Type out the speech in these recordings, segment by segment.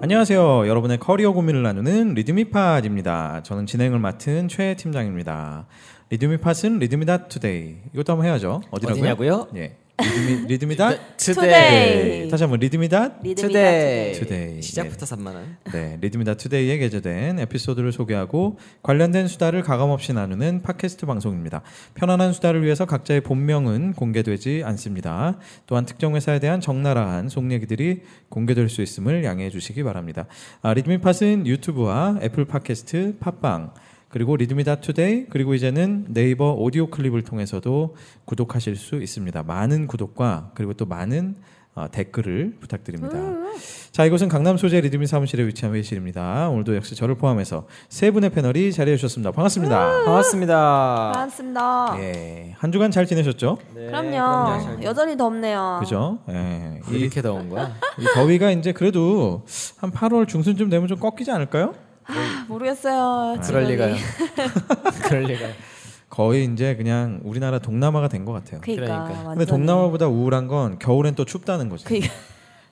안녕하세요. 여러분의 커리어 고민을 나누는 리드미팟입니다. 저는 진행을 맡은 최 팀장입니다. 리드미팟은 리드미닷 투데이. 이것도 한번 해야죠. 어디라고요? 어디냐고요? 예. 리드미 리드미닷 투데이. 다시 한번 리드미닷 리드미다 투데이. 투데이. 시작부터 3만 원. 네, 리드미다 투데이에 게재된 에피소드를 소개하고 관련된 수다를 가감없이 나누는 팟캐스트 방송입니다. 편안한 수다를 위해서 각자의 본명은 공개되지 않습니다. 또한 특정 회사에 대한 적나라한 속 얘기들이 공개될 수 있음을 양해해 주시기 바랍니다. 아, 리드미팟은 유튜브와 애플 팟캐스트, 팟빵, 그리고 리드미다 투데이, 그리고 이제는 네이버 오디오 클립을 통해서도 구독하실 수 있습니다. 많은 구독과 그리고 또 많은 어, 댓글을 부탁드립니다. 자, 이곳은 강남 소재 리드미 사무실에 위치한 회의실입니다. 오늘도 역시 저를 포함해서 세 분의 패널이 자리해 주셨습니다. 반갑습니다. 반갑습니다. 네, 반갑습니다. 예, 한 주간 잘 지내셨죠? 아, 그럼요. 잘- 여전히 덥네요. 그죠? 예. 이, 이렇게 더운 거야? 이 더위가 이제 그래도 한 8월 중순쯤 되면 좀 꺾이지 않을까요? 아, 모르겠어요. 그럴 지금이. 리가요. 그럴 리가요. 거의 이제 그냥 우리나라 동남아가 된 것 같아요. 그러니까. 그러니까. 근데 완전히. 동남아보다 우울한 건 겨울엔 또 춥다는 거죠. 그러니까.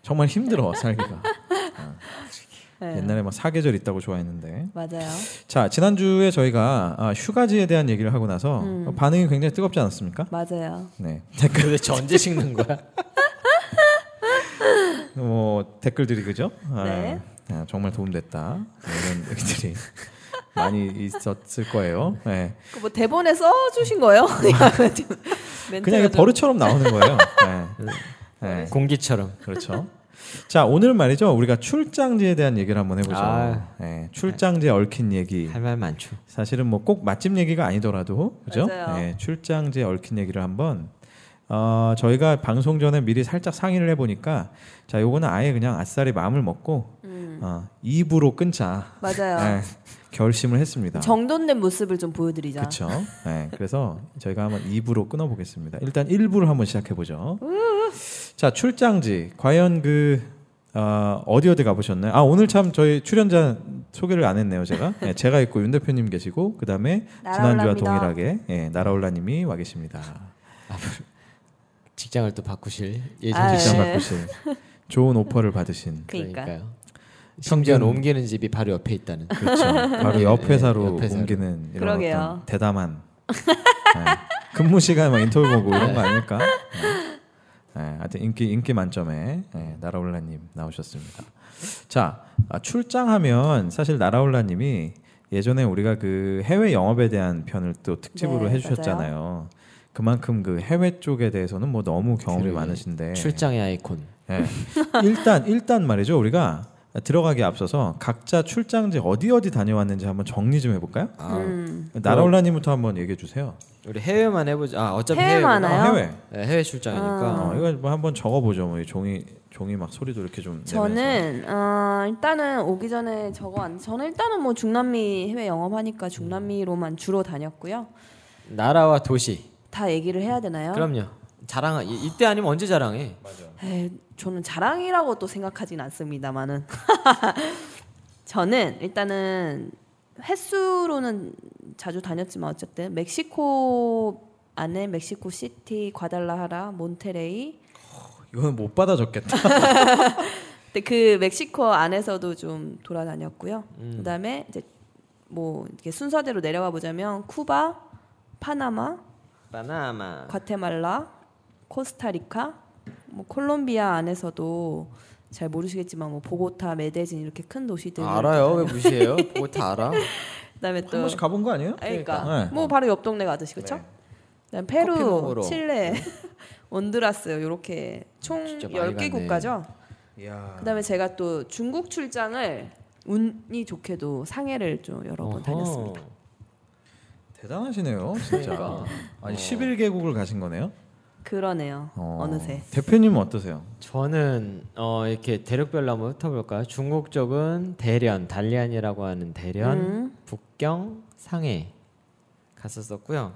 정말 힘들어 살기가. 네. 옛날에 막 사계절 있다고 좋아했는데. 맞아요. 자 지난주에 저희가 아, 휴가지에 대한 얘기를 하고 나서 음. 반응이 굉장히 뜨겁지 않았습니까? 맞아요. 네. 도대체 언제 식는 거야? 뭐 댓글들이 그죠? 아, 네. 아, 정말 도움됐다 뭐 이런 얘기들이 많이 있었을 거예요. 네. 그뭐 대본에 써 주신 거예요? 그냥 이게 버릇처럼 나오는 거예요. 네. 네. 공기처럼. 그렇죠. 자 오늘 말이죠 우리가 출장지에 대한 얘기를 한번 해보죠. 아. 네, 출장지에 얽힌 얘기. 할 말 많죠. 사실은 뭐 꼭 맛집 얘기가 아니더라도 그죠? 맞아요. 예, 출장지에 얽힌 얘기를 한번 어, 저희가 방송 전에 미리 살짝 상의를 해보니까 자 요거는 아예 그냥 아싸리 마음을 먹고 어, 입으로 끊자 맞아요. 예, 결심을 했습니다. 정돈된 모습을 좀 보여드리자. 그렇죠. 예, 그래서 저희가 한번 입으로 끊어보겠습니다. 일단 1부를 한번 시작해보죠. 자 출장지 과연 그 어, 어디 어디 가보셨나요? 아 오늘 참 저희 출연자 소개를 안 했네요 제가. 예, 제가 있고 윤 대표님 계시고 그 다음에 지난주와 나라올라입니다. 동일하게 예, 나라올라님이 와 계십니다. 직장을 또 바꾸실 아, 예정이시 직장 네. 바꾸신 좋은 오퍼를 받으신 그러니까. 심지어 평균- 옮기는 집이 바로 옆에 있다는. 그렇죠. 바로 옆 예, 회사로 옆 회사로. 옮기는 이런 그러게요. 어떤 대담한 예, 근무 시간 막 인터뷰 보고 이런 거 아닐까? 예. 예, 하여튼 인기 인기 만점에 예, 나라올라님 나오셨습니다. 자 아, 출장하면 사실 나라올라님이 예전에 우리가 그 해외 영업에 대한 편을 또 특집으로 네, 해주셨잖아요. 그만큼 그 해외 쪽에 대해서는 뭐 너무 경험이 그러게. 네. 많으신데 출장의 아이콘. 예. 일단 일단 말이죠 우리가 들어가기 앞서서 각자 출장지 어디 어디 다녀왔는지 한번 정리 좀 해볼까요? 음. 나라올라님부터 한번 얘기해 주세요. 우리 해외만 해보자. 아 어차피 해외만 아. 해외구나. 해요? 아, 해외. 네, 해외 출장이니까. 어, 이거 뭐 한번 적어보죠. 뭐이 종이 종이 막 소리도 이렇게 좀. 내면서. 저는 어, 일단은 오기 전에 저거 안 저는 일단은 뭐 중남미 해외 영업하니까 중남미로만 주로 다녔고요. 나라와 도시. 다 얘기를 해야 되나요? 그럼요. 자랑 이- 이때 아니면 언제 자랑해? 에이, 저는 자랑이라고 또 생각하진 않습니다만은 저는 일단은 횟수로는 자주 다녔지만 어쨌든 멕시코 안에 멕시코 시티, 과달라하라, 몬테레이. 이거는 못 받아 적겠다. 근데 그 멕시코 안에서도 좀 돌아다녔고요. 그다음에 이제 뭐 이렇게 순서대로 내려가 보자면 쿠바, 파나마, 바나마. 과테말라, 코스타리카, 뭐 콜롬비아 안에서도 잘 모르시겠지만 뭐 보고타, 메데진 이렇게 큰 도시들 알아요. 왜 무시해요? 보고 다 알아. 그다음에 또 한 번씩 가본 거 아니에요? 아, 그러니까 네. 뭐 바로 옆 동네가 아저씨 그렇죠? 그다음 커피 페루, 먹으러. 칠레, 온두라스 이렇게 총 네. 진짜 많이 갔네. 10개 아. 국가죠. 이야. 그다음에 제가 또 중국 출장을 운이 좋게도 상해를 좀 여러 번 어허. 다녔습니다. 대단하시네요, 진짜. 그러니까. 아니 어. 11개국을 가신 거네요. 그러네요. 어. 느새 대표님은 어떠세요? 저는 어, 이렇게 대륙별로 한번 흩어볼까요? 중국 쪽은 대련, 달리안이라고 하는 대련, 음. 북경, 상해 갔었었고요.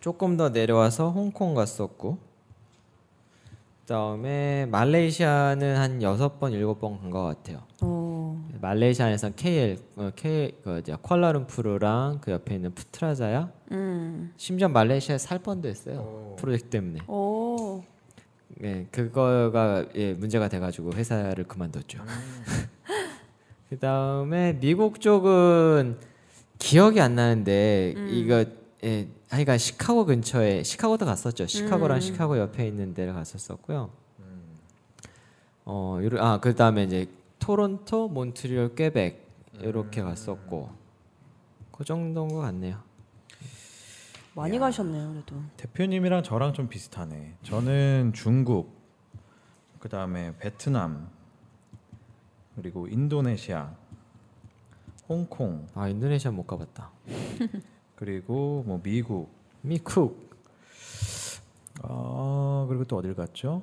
조금 더 내려와서 홍콩 갔었고, 그다음에 말레이시아는 한 여섯 번, 일곱 번 간 것 같아요. 어. 말레이시아에선 KL, 어, KL 그 이제 쿠알라룸푸르랑 그 옆에 있는 푸트라자야. 음. 심지어 말레이시아에 살 뻔도 했어요. 프로젝트 때문에. 오. 네, 그거가 예, 문제가 돼가지고 회사를 그만뒀죠. 그 다음에 미국 쪽은 기억이 안 나는데 이거 예, 하여간 시카고 근처에 시카고도 갔었죠. 시카고랑 음. 시카고 옆에 있는 데를 갔었었고요. 어, 요러- 아, 그 다음에 이제 토론토, 몬트리올, 퀘벡 이렇게 갔었고 그 정도인 것 같네요. 많이 가셨네요, 그래도. 대표님이랑 저랑 좀 비슷하네. 저는 중국, 그 다음에 베트남, 그리고 인도네시아, 홍콩, 아, 인도네시아 못 가봤다. 그리고 뭐 미국, 미쿡. 아 그리고 또 어딜 갔죠?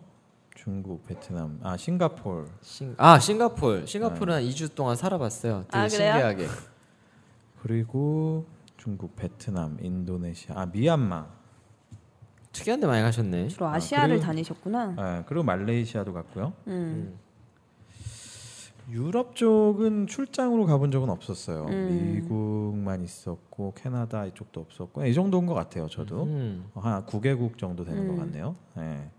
중국, 베트남, 아 싱가폴. 싱, 아, 싱가폴. 싱가폴은 네. 한 2주 동안 살아봤어요. 되게 아, 그래요? 신기하게. 그리고 중국, 베트남, 인도네시아, 아 미얀마, 특이한 데 많이 가셨네. 주로 아, 아시아를 그리고- 다니셨구나. 아, 그리고 말레이시아도 갔고요. 음. 유럽 쪽은 출장으로 가본 적은 없었어요. 음. 미국만 있었고 캐나다 이쪽도 없었고 이 정도인 것 같아요. 저도 음. 한 9개국 정도 되는 음. 것 같네요. 예.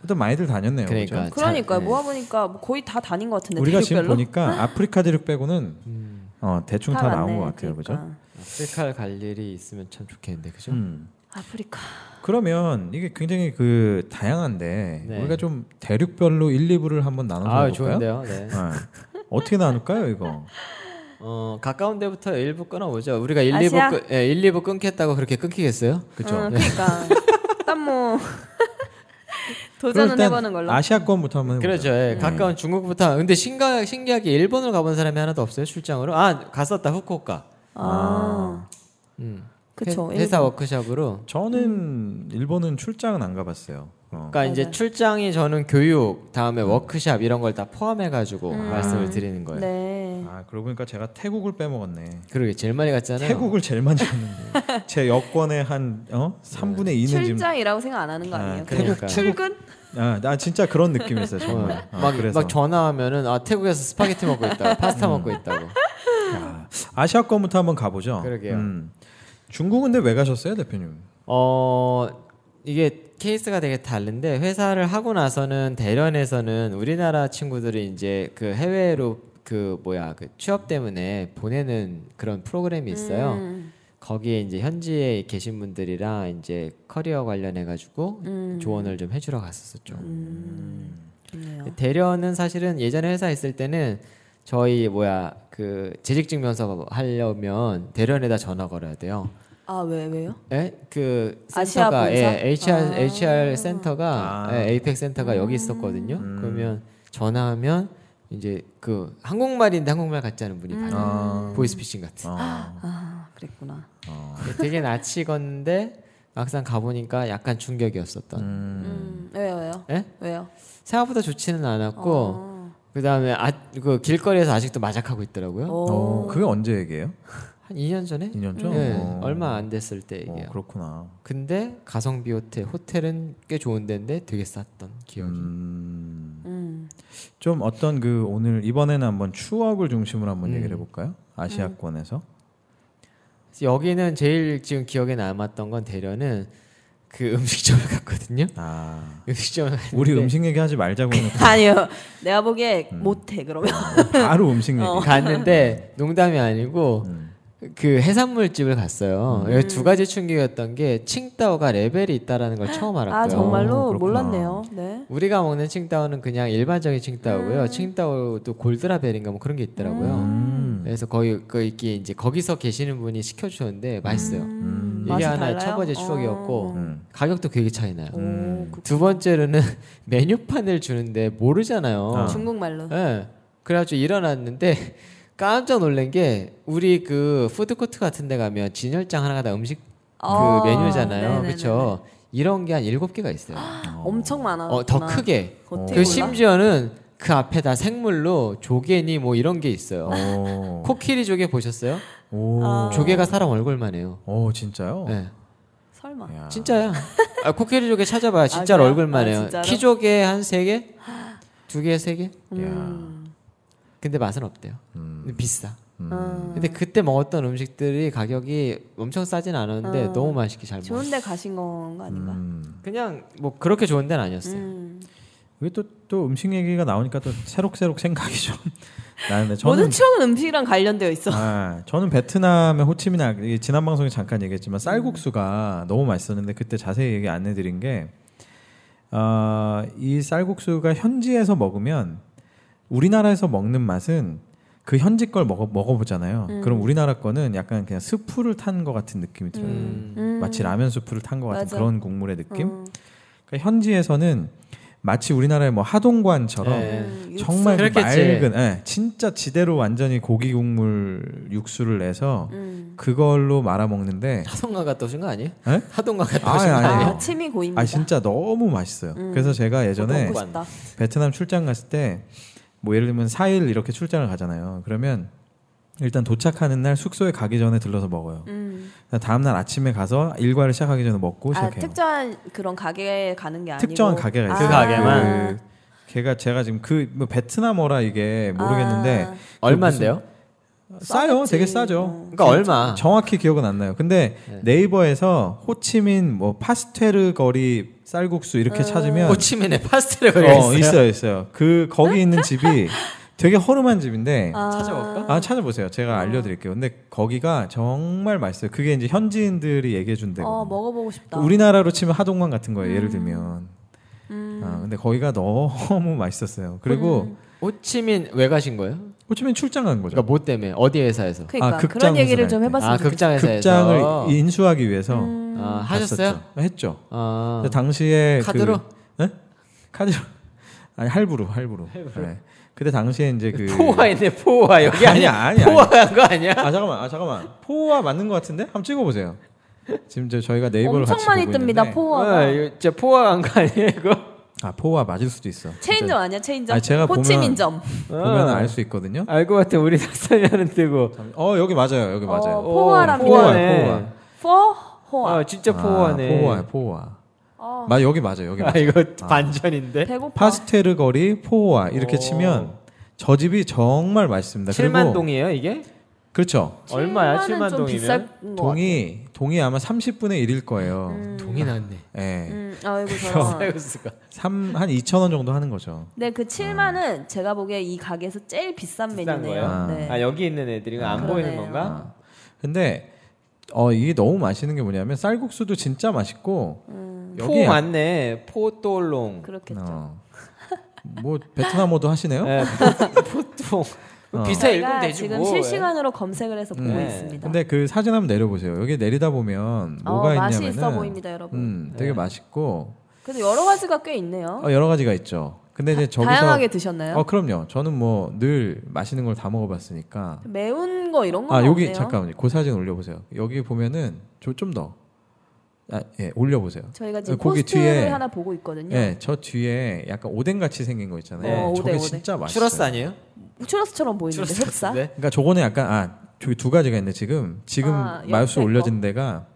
일단 많이들 다녔네요. 그죠? 그러니까 자, 그러니까 네. 모아 보니까 거의 다 다닌 것 같은데 우리가 지금 대륙별로 보니까 아프리카 대륙 빼고는 음. 어, 대충 다, 나온 맞네, 것 같아요. 그죠? 그러니까. 아프리카를 갈 일이 있으면 참 좋겠는데 그죠? 음. 아프리카. 그러면 이게 굉장히 그 다양한데 네. 우리가 좀 대륙별로 1, 2부를 한번 나눠서 아, 볼까요? 좋은데요. 네. 어떻게 나눌까요, 이거? 어, 가까운 데부터 1부 끊어보죠. 우리가 1, 2부 아시아? 끊, 예, 1, 2부 끊겠다고 그렇게 끊기겠어요? 그죠? 네. 어, 그러니까 일단 뭐 그럼 도전은 일단 해보는 걸로. 아시아권부터 한번 해보죠. 네. 그렇죠. 예, 가까운 중국부터. 근데 신기하, 신기하게 일본을 가본 사람이 하나도 없어요. 출장으로. 아, 갔었다. 후쿠오카. 아, 음. 그쵸. 회, 사 워크숍으로. 음. 저는 일본은 출장은 안 가봤어요. 어. 그러니까 이제 맞아요. 출장이 저는 교육, 다음에 워크숍 이런 걸 다 포함해가지고 음. 말씀을 드리는 거예요. 네. 아 그러고 보니까 제가 태국을 빼먹었네. 그러게 제일 많이 갔잖아요. 태국을 제일 많이 갔는데 제 여권의 한 어? 네. 3분의 2는 지금 출장이라고 생각 안 하는 거 아니에요? 아, 그냥 그러니까. 출근? 아, 나 진짜 그런 느낌이었어요 어, 정말. 어, 막, 그래서 음. 막 전화하면은 아 태국에서 스파게티 먹고 있다고 파스타 먹고 있다고 야, 아시아권부터 한번 가보죠. 그러게요. 음. 중국은 근데 왜 가셨어요 대표님? 어 이게 케이스가 되게 다른데 회사를 하고 나서는 대련에서는 우리나라 친구들이 이제 그 해외로 그 뭐야 그 취업 때문에 보내는 그런 프로그램이 있어요. 음, 거기에 이제 현지에 계신 분들이랑 이제 커리어 관련해 가지고 음. 조언을 좀 해주러 갔었었죠. 음. 좋네요. 대련은 사실은 예전에 회사 있을 때는 저희 뭐야 그 재직증명서 하려면 대련에다 전화 걸어야 돼요. 아, 왜 음. 왜요? 예? 그 아시아 센터가 예, 본사? HR 아. HR 센터가 아. 예, 에이펙 센터가 여기 있었거든요. 그러면 전화하면 이제 그 한국말인데 한국말 같지 않은 음. 분이 받아요. 아. 음. 보이스피싱 같은. 어, 아, 그랬구나. 어. 되게 낯익었는데 막상 가보니까 약간 충격이었었던. 음. 왜요 왜요? 예? 왜요? 생각보다 좋지는 않았고 어. 그다음에 아, 그 길거리에서 아직도 마작하고 있더라고요. 어, 그게 언제 얘기예요? 한 2년 전에? 2년 전? 예, 어. 얼마 안 됐을 때 어, 얘기예요. 그렇구나. 근데 가성비 호텔, 호텔은 꽤 좋은 데인데 되게 쌌던 기억이. 음, 음. 좀 어떤 그 오늘 이번에는 한번 추억을 중심으로 음. 한번 얘기를 해볼까요? 아시아권에서 그래서 여기는 제일 지금 기억에 남았던 건 대련은 그 음식점을 갔거든요. 아 음식점을 갔는데 우리 음식 얘기하지 말자고 해놓고 아니요. 내가 보기에 음. 못해 그러면. 바로 음식 얘기. 어. 어. 갔는데 농담이 아니고 음. 그 해산물 집을 갔어요. 여기 두 가지 충격이었던 게 칭따오가 레벨이 있다라는 걸 처음 알았고요. 어, 아, 정말로 그렇구나. 몰랐네요. 네. 우리가 먹는 칭따오는 그냥 일반적인 칭따오고요. 음. 칭따오도 골드라벨인가 뭐 그런 게 있더라고요. 음. 그래서 거기 그 이게 이제 거기서 계시는 분이 시켜주셨는데 맛있어요. 음. 이게 맛이 하나의 달라요? 첫 번째 추억이었고 어. 음. 가격도 되게 차이 나요. 오, 그- 두 번째로는 메뉴판을 주는데 모르잖아요. 아. 그렇죠. 중국말로. 예. 그래가지고 일어났는데 깜짝 놀란 게 우리 그 푸드코트 같은 데 가면 진열장 하나마다 음식 아, 그 메뉴잖아요. 네네네네. 그렇죠? 이런 게 한 일곱 개가 있어요. 엄청 많아. 어, 더 크게. 그 어떻게 몰라? 심지어는 그 앞에다 생물로 조개니 뭐 이런 게 있어요. 오. 코끼리 조개 보셨어요? 음. 오. 아. 조개가 사람 얼굴만 해요. 오, 진짜요? 예. 설마. 야. 진짜야. 아, 코끼리 조개 찾아봐요. 진짜 그래요? 얼굴만 아, 해요. 진짜로? 키 조개 한 세 개? 두 개, 세 개? 음. 근데 맛은 없대요. 근데 비싸. 음. 근데 그때 먹었던 음식들이 가격이 엄청 싸진 않았는데 음. 너무 맛있게 잘 먹었어요. 좋은데 가신 건가 아닌가. 음. 그냥 뭐 그렇게 좋은 데는 아니었어요. 음. 이게 또, 또 음식 얘기가 나오니까 또 새록새록 생각이 좀 나는데 저는 모든 추억은 음식이랑 관련되어 있어. 아, 저는 베트남의 호치민에 이게 지난 방송에 잠깐 얘기했지만 쌀국수가 너무 맛있었는데 그때 자세히 얘기 안 해드린 게 아, 이 쌀국수가 현지에서 먹으면 우리나라에서 먹는 맛은 그 현지 걸 먹어 먹어보잖아요. 음. 그럼 우리나라 거는 약간 그냥 스프를 탄 것 같은 느낌이 들어요. 음. 음. 마치 라면 스프를 탄 것 같은 맞아. 그런 국물의 느낌. 음. 그러니까 현지에서는 마치 우리나라의 뭐 하동관처럼 네. 음, 정말 그 그랬겠지. 맑은, 예, 진짜 지대로 완전히 고기 국물 육수를 내서 음. 그걸로 말아 먹는데, 하동강 갔다 오신 거 아니에요? 예? 하동강 갔다 네. 아니, 오신 거 아니, 아니에요? 아니. 아, 침이 고입니다. 아 진짜 너무 맛있어요. 음. 그래서 제가 저도 예전에 먹고 싶다. 베트남 출장 갔을 때 뭐 예를 들면 4일 이렇게 출장을 가잖아요. 그러면 일단 도착하는 날 숙소에 가기 전에 들러서 먹어요. 음. 다음 날 아침에 가서 일과를 시작하기 전에 먹고 아, 시작해요. 특정한 그런 가게에 가는 게 아니고 특정한 가게가 있어요. 그 가게만? 그 걔가 제가 지금 그 뭐 베트남어라 그 이게 모르겠는데 아, 얼마인데요? 싸요. 싸겠지. 되게 싸죠. 어. 그러니까 얼마? 정확히 기억은 안 나요. 근데 네. 이버에서 호치민 뭐 파스테르 거리 쌀국수 이렇게 찾으면 아. 호치민에 파스텔에 걸려 어, 있어요. 있어요, 있어요. 그 거기 있는 집이 되게 허름한 집인데 아. 찾아볼까? 아 찾아보세요. 제가 알려드릴게요. 근데 거기가 정말 맛있어요. 그게 이제 현지인들이 얘기해준 데고 어, 먹어보고 싶다. 네. 우리나라로 치면 하동관 같은 거예요. 예를 들면. 음. 아, 근데 거기가 너무 맛있었어요. 그리고 음. 호치민 왜 가신 거예요? 호치민 출장 간 거죠. 그러니까 뭐 때문에 어디 회사에서? 그러니까 아, 그런 얘기를 극장 좀 해봤으면 아 좋겠어. 극장 회사에서 극장을 인수하기 위해서 아, 하셨어요? 갔었죠. 했죠. 어. 아, 근데 당시에 카드로? 그, 에? 카드로 아니 할부로 할부로. 네. 그때 당시에 이제 그 포화 있네 포화 여기 아니야, 아니야, 아니야 포화 간거 아니야? 아 잠깐만 아 잠깐만 포화 맞는 것 같은데 한번 찍어보세요. 지금 저 저희가 네이버를 엄청 같이 많이 보고 뜹니다. 있는데 네, 포화가. 어, 이거 진짜 포화 간거 아니에요 이거? 아 포화 맞을 수도 있어. 체인점 아니야 체인점? 아니, 제가 보면- 호치민점. 보면 어. 알 수 있거든요. 알고 봤더니 우리 닭살이라는 뜨고 어 여기 맞아요 여기 맞아요. 어, 포화랍니다. 포화 포화네. 포화. 포 호화. 아, 진짜 포화네. 아, 포화 포화. 어, 맞 여기 맞아요 여기 아 맞아요. 이거 반전인데. 배고파. 네? 파스테르 거리 포화 이렇게 오. 치면 저 집이 정말 맛있습니다. 7만 그리고 동이에요 이게? 그렇죠. 얼마야? 칠만은 7만 좀 동이면? 비싼 거 동이 동이 아마 30분의 1일 거예요. 같아. 음, 동이 났네. 예. 음, 아이고 저런. 사이버스가. 삼- 한 2천 원 정도 하는 거죠. 네, 그 7만은 제가 보기에 이 가게에서 제일 비싼 비싼 메뉴네요. 거예요? 네. 아 여기 있는 애들이 안 그러네요. 보이는 건가? 아. 근데 어 이게 너무 맛있는 게 뭐냐면 쌀국수도 진짜 맛있고 음, 포 약- 맞네. 포똘롱. 그렇겠죠. 어. 뭐 베트남어도 하시네요? 네, 포- 포통. 어. 비슷하게 읽으면 저희가 되지 지금 뭐. 실시간으로 검색을 해서 보고 네. 있습니다. 근데 그 사진 한번 내려보세요. 여기 내리다 보면 어, 뭐가 맛이 있냐면은 있어 보입니다, 여러분. 음, 되게 네. 맛있고 그래도 여러 가지가 꽤 있네요. 어, 여러 가지가 있죠. 근데 이제 예, 저기서 다양하게 드셨나요? 어 그럼요. 저는 뭐 늘 맛있는 걸 다 먹어봤으니까. 매운 거 이런 거 아 여기 없네요. 잠깐만요. 그 사진 올려보세요. 여기 보면은 저 좀 더. 아 예, 올려보세요. 저희가 지금 아, 고기 포스트를 뒤에- 하나 보고 있거든요. 예, 저 뒤에 약간 오뎅 같이 생긴 거 있잖아요. 어, 저게 오뎅, 오뎅. 진짜 맛있어요. 추러스 아니에요? 우추러스처럼 보이는데 추러스 흡사. 같은데? 그러니까 저거는 약간 아 저기 두 가지가 있는데 지금 지금 아, 마우스 옆에 올려진 데가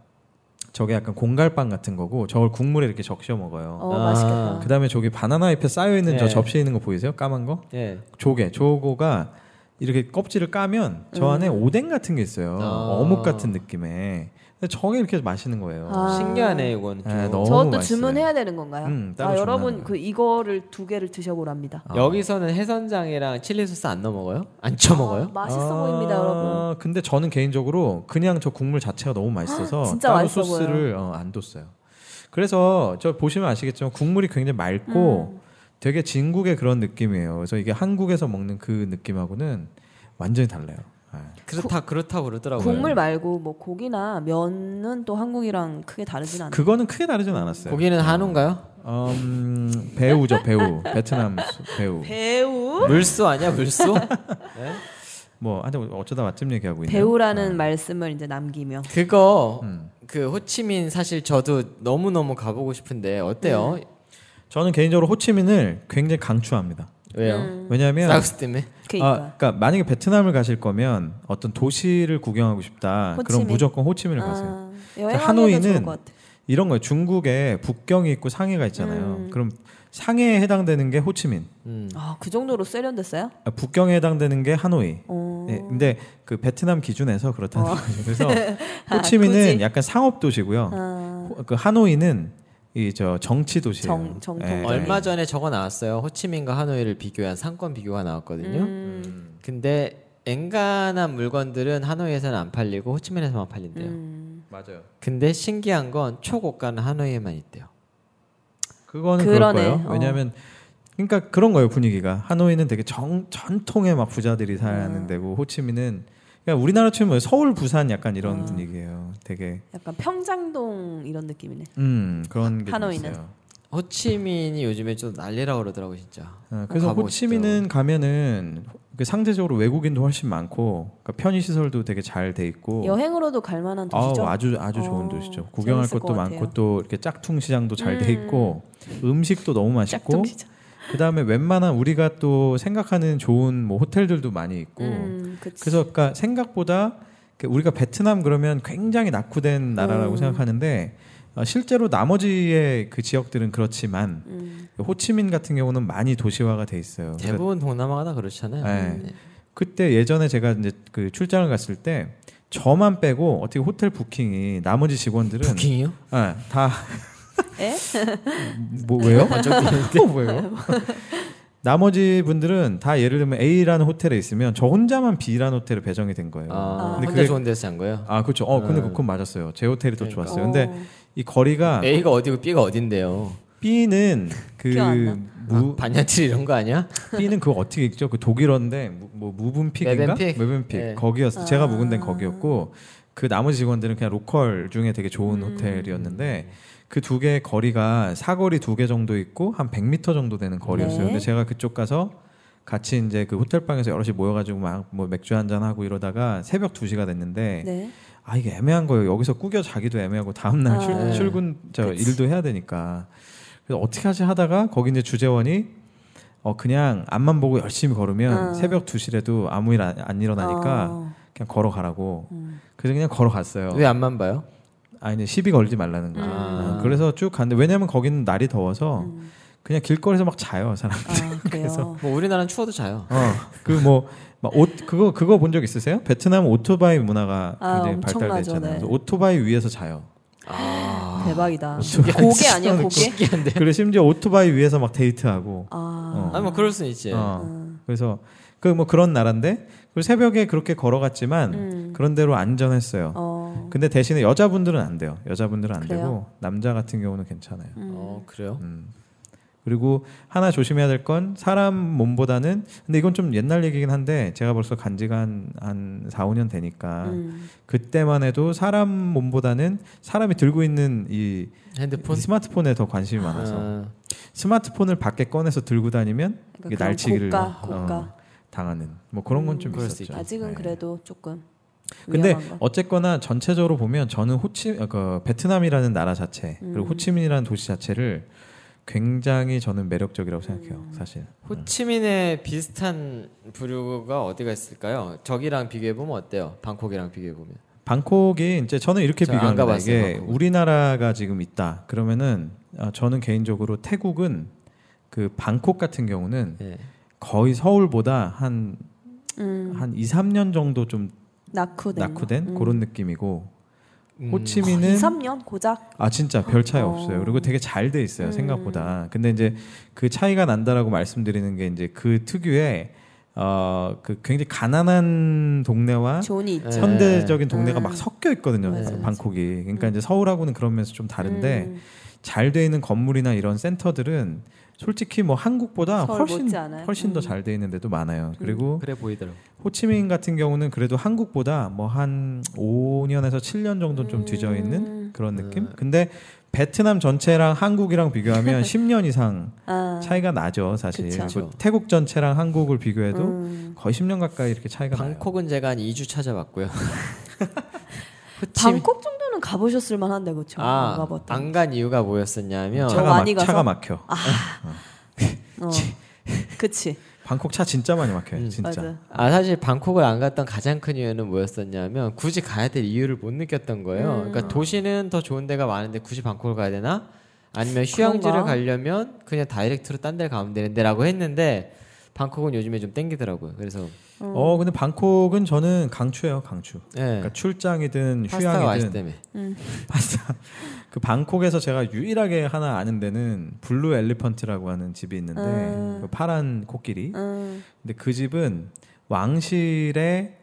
저게 약간 공갈빵 같은 거고 저걸 국물에 이렇게 적셔 먹어요. 어 아. 맛있겠다. 그 다음에 저기 바나나 잎에 쌓여 있는 저 네. 접시에 있는 거 보이세요? 까만 거? 예. 조개, 조고가 이렇게 껍질을 까면 저 음. 안에 오뎅 같은 게 있어요. 아. 어묵 같은 느낌의. 근데 저게 이렇게 맛있는 거예요. 아. 신기하네 이건. 좀. 네, 너무 저것도 맛있어요. 주문해야 되는 건가요? 음, 따로 아 주문하는 여러분 거예요. 그 이거를 두 개를 드셔보랍니다. 아. 여기서는 해선장이랑 칠리 소스 안 넣어 먹어요? 안 쳐 아, 먹어요? 맛있어 아, 보입니다, 여러분. 근데 저는 개인적으로 그냥 저 국물 자체가 너무 맛있어서 진짜 따로 맛있어 소스를 어, 안 뒀어요. 그래서 저 보시면 아시겠지만 국물이 굉장히 맑고 음. 되게 진국의 그런 느낌이에요. 그래서 이게 한국에서 먹는 그 느낌하고는 완전히 달라요. 아, 그렇다 그렇다 그러더라고요. 네. 국물 말고 뭐 고기나 면은 또 한국이랑 크게 다르진 않아요. 그거는 크게 다르진 않았어요. 고기는 한우인가요? 음, 배우죠, 배우. 베트남 수- 배우. 배우 물소 아니야 물소? 네? 뭐, 하여튼 어쩌다 맛집 얘기하고 있네요. 배우라는 말씀을 이제 남기며 그거 음. 그 호치민 사실 저도 너무 너무 가보고 싶은데 어때요? 음. 네. 저는 개인적으로 호치민을 굉장히 강추합니다. 왜요? 음. 왜냐하면 싸우스 때문에? 그러니까 아, 그러니까 만약에 베트남을 가실 거면 어떤 도시를 구경하고 싶다. 호치민. 그럼 무조건 호치민을 가세요. 아, 여행하기도 하노이는 좋을 것 같아. 이런 거예요. 중국에 북경이 있고 상해가 있잖아요. 음. 그럼 상해에 해당되는 게 호치민, 음. 아그 정도로 세련됐어요? 아, 북경에 해당되는 게 하노이. 어. 예, 근데 그 베트남 기준에서 그렇다는 어. 거죠. 그래서 아, 호치민은 굳이? 약간 상업 도시고요. 아, 호- 그 하노이는 이 저 정치 도시예요. 정- 정통. 예, 얼마 전에 저거 나왔어요. 호치민과 하노이를 비교한 상권 비교가 나왔거든요. 음. 예. 음. 근데 엔간한 물건들은 하노이에서는 안 팔리고 호치민에서만 팔린대요. 음. 음, 맞아요. 근데 신기한 건 초고가는 하노이에만 있대요. 그거는 그럴 그러네. 거예요. 어. 왜냐하면 그러니까 그런 거예요 분위기가. 하노이는 되게 정, 전통의 막 부자들이 사는 음. 데고 뭐 호치민은 그러니까 우리나라 치면 뭐 서울, 부산 약간 이런 음. 분위기예요. 되게 약간 평장동 이런 느낌이네. 음 그런 게하 하노이는. 있어요. 호치민이 요즘에 좀 난리라 그러더라고 진짜. 어, 그래서 가보고 호치민은 가면은 그 상대적으로 외국인도 훨씬 많고 그러니까 편의 시설도 되게 잘 돼 있고 여행으로도 갈 만한 도시죠. 아우, 아주 아주 좋은 어, 도시죠. 구경할 재밌을 것도 것 많고 같아요. 또 이렇게 짝퉁 시장도 잘 돼 음. 있고 음식도 너무 맛있고 짝퉁시장. 그다음에 웬만한 우리가 또 생각하는 좋은 뭐 호텔들도 많이 있고 음, 그치. 그래서 그러니까 생각보다 그 우리가 베트남 그러면 굉장히 낙후된 나라라고 음. 생각하는데 어, 실제로 나머지의 그 지역들은 그렇지만 음, 호치민 같은 경우는 많이 도시화가 돼 있어요. 그래서 대부분 동남아가 다 그렇잖아요. 네. 네. 그때 예전에 제가 이제 그 출장을 갔을 때 저만 빼고 어떻게 호텔 부킹이 나머지 직원들은 부킹이요? 예, 다 에? 뭐 왜요? 또 뭐. 왜요? 나머지 분들은 다 예를 들면 A라는 호텔에 있으면 저 혼자만 B라는 호텔에 배정이 된 거예요. 아, 근데 혼자 그게- 좋은 데서 잔 거예요? 아 그렇죠. 어 근데 네. 그건 맞았어요. 제 호텔이 더 그러니까. 좋았어요. 근데 이 거리가 A가 어디고 B가 어딘데요? B는 기억 안 그 나? 무, 아, 반야틀 이런 거 아니야? B는 그거 어떻게 읽죠? 그 독일어인데 무- 뭐 무분픽인가? 메벤픽? 메벤픽 네. 거기였어. 요 제가 아. 묵은 데는 거기였고 그 나머지 직원들은 그냥 로컬 중에 되게 좋은 음. 호텔이었는데 그 두 개의 거리가 사거리 두 개 정도 있고 한 100m 정도 되는 거리였어요. 네. 근데 제가 그쪽 가서 같이 이제 그 호텔 방에서 여럿이 모여가지고 막 뭐 맥주 한잔 하고 이러다가 새벽 2 시가 됐는데 네. 아 이게 애매한 거예요. 여기서 꾸겨 자기도 애매하고 다음 날 아. 출, 네. 출근 저 그치. 일도 해야 되니까 그래서 어떻게 하지 하다가 거기 이제 주재원이 어 그냥 앞만 보고 열심히 걸으면 어. 새벽 2시라도 아무 일 안 일어나니까 어, 그냥 걸어가라고 음. 그래서 그냥 걸어갔어요. 왜 안만 봐요? 아니 시비 걸지 말라는 거예요. 아. 어, 그래서 쭉 갔는데 왜냐면 거기는 날이 더워서 음. 그냥 길거리에서 막 자요 사람. 그 아, 그래요. 뭐 우리나라는 추워도 자요. 뭐, 어그뭐옷 그거 그거 본 적 있으세요? 베트남 오토바이 문화가 아, 굉장히 엄청나죠, 발달돼 있잖아요. 네. 그래서 오토바이 위에서 자요. 아, 대박이다. 신기한- 고개 아니야, 고개? 신기한데. 그리고 심지어 오토바이 위에서 막 데이트하고 아. 아니 뭐 그럴 수 있지. 어. 음. 그래서 그 뭐 그런 나라인데 그 새벽에 그렇게 걸어갔지만 음. 그런 대로 안전했어요. 어. 근데 대신에 여자분들은 안 돼요. 여자분들은 안 그래요? 되고 남자 같은 경우는 괜찮아요. 음. 어 그래요? 음. 그리고 하나 조심해야 될 건 사람 몸보다는 근데 이건 좀 옛날 얘기긴 한데 제가 벌써 간 지가 한, 한 4, 5년 되니까 음. 그때만 해도 사람 몸보다는 사람이 들고 있는 이 핸드폰. 스마트폰에 더 관심이 많아서 음. 아, 스마트폰을 밖에 꺼내서 들고 다니면 그러니까 이게 그런 날치기를 고가, 어, 고가. 당하는 뭐 그런 건 좀 음, 그럴 수 있었죠. 아직은 네. 그래도 조금 근데 위험한 거. 어쨌거나 전체적으로 보면 저는 호치 어, 그 베트남이라는 나라 자체 그리고 음. 호치민이라는 도시 자체를 굉장히 저는 매력적이라고 생각해요. 음. 사실. 호치민의 비슷한 부류가 어디가 있을까요? 저기랑 비교해 보면 어때요? 방콕이랑 비교해 보면. 방콕이 이제 저는 이렇게 저안 비교합니다. 가봤어요, 이게 방콕은. 우리나라가 지금 있다. 그러면은 어, 저는 개인적으로 태국은 그 방콕 같은 경우는 예. 거의 서울보다 한 음. 한 2, 3년 정도 좀 낙후된 낙후된 거. 그런 느낌이고 음, 호치민은 2, 3년 고작 아 진짜 별 차이 어. 없어요. 그리고 되게 잘 돼 있어요 음. 생각보다. 근데 이제 그 차이가 난다라고 말씀드리는 게 이제 그 특유의 어그 굉장히 가난한 동네와 존이 있죠. 네. 현대적인 동네가 음. 막 섞여 있거든요. 맞아, 맞아. 방콕이. 그러니까 이제 서울하고는 그런 면에서 좀 다른데 음. 잘 돼 있는 건물이나 이런 센터들은 솔직히 뭐 한국보다 서울 훨씬 못지 않아요? 훨씬 음. 더 잘 돼 있는 데도 많아요. 그리고 음. 그래 보이더라고. 호치민 같은 경우는 그래도 한국보다 뭐 한 5년에서 7년 정도 좀 음. 뒤져 있는 그런 느낌? 음. 근데 베트남 전체랑 한국이랑 비교하면 10년 이상 아, 차이가 나죠, 사실. 그쵸. 그리고 태국 전체랑 한국을 비교해도 음. 거의 10년 가까이 이렇게 차이가 방콕은 제가 한 2주 찾아봤고요. 호치민. 방콕 정도는 가보셨을 만한데 그쵸? 안 가봤다. 아안 간 이유가 나요. 뭐였었냐면 차- 차가, 어, 막, 많이 가서? 차가 막혀. 어. 그치. 방콕 차 진짜 많이 막혀요, 음. 진짜. 맞아. 아 사실 방콕을 안 갔던 가장 큰 이유는 뭐였었냐면 굳이 가야 될 이유를 못 느꼈던 거예요. 음. 그러니까 도시는 더 좋은 데가 많은데 굳이 방콕을 가야 되나? 아니면 휴양지를 그런가? 가려면 그냥 다이렉트로 딴 데를 가면 되는데라고 했는데 방콕은 요즘에 좀 땡기더라고요. 그래서 음. 어 근데 방콕은 저는 강추예요 강추. 예. 그러니까 출장이든 파스타가 맛있기 휴양이든 때문에. 음. 파스타. 그 방콕에서 제가 유일하게 하나 아는 데는 블루 엘리펀트라고 하는 집이 있는데 아. 그 파란 코끼리. 음. 근데 그 집은 왕실의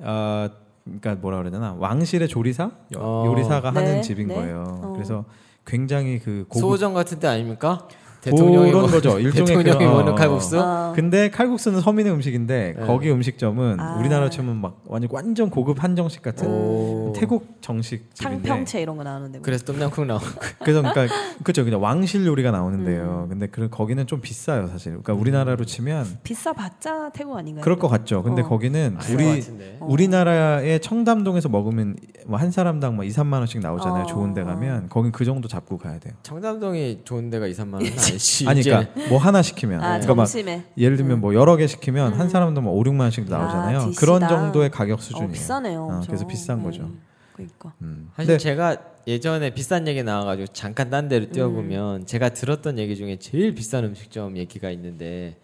어, 그러니까 뭐라 그래야 되나 왕실의 조리사 요- 어. 요리사가 하는 네, 집인 네. 거예요. 어. 그래서 굉장히 그 고급 소호정 같은 데 아닙니까? 대통령이 그런 먹- 거죠. 일종의 대통령이 그런- 먹는 어. 칼국수. 어. 근데 칼국수는 서민의 음식인데 네. 거기 음식점은 아. 우리나라 치면 막 완전 완전 고급 한정식 같은 오. 태국 정식 집인데 창평채 이런 거 나오는데. 뭐. 그래서 똠양콩 나와. 그래서 그러니까 그죠 그냥 왕실 요리가 음. 나오는데요. 근데 그 거기는 좀 비싸요 사실. 그러니까 우리나라로 치면 비싸봤자 태국 아닌가요? 그럴 것 같죠. 근데 네. 어. 거기는 우리 우리나라의 청담동에서 먹으면 뭐 한 사람당 막 2, 3만 원씩 나오잖아요. 어. 좋은 데 가면 거긴 그 정도 잡고 가야 돼요. 청담동이 좋은 데가 2, 3만 원 아니지. 아니 그러니까 뭐 하나 시키면 아 그러니까 막 점심에. 음. 예를 들면 뭐 여러 개 시키면 한 사람당 뭐 5, 6만 원씩 나오잖아요. 아, 그런 디시다. 정도의 가격 어, 수준이에요. 비싸네요. 어, 엄청. 그래서 비싼 거죠. 음, 그러니까. 음. 사실 근데 제가 예전에 비싼 얘기 나와가지고 잠깐 딴 데로 뛰어보면 음. 제가 들었던 얘기 중에 제일 비싼 음식점 얘기가 있는데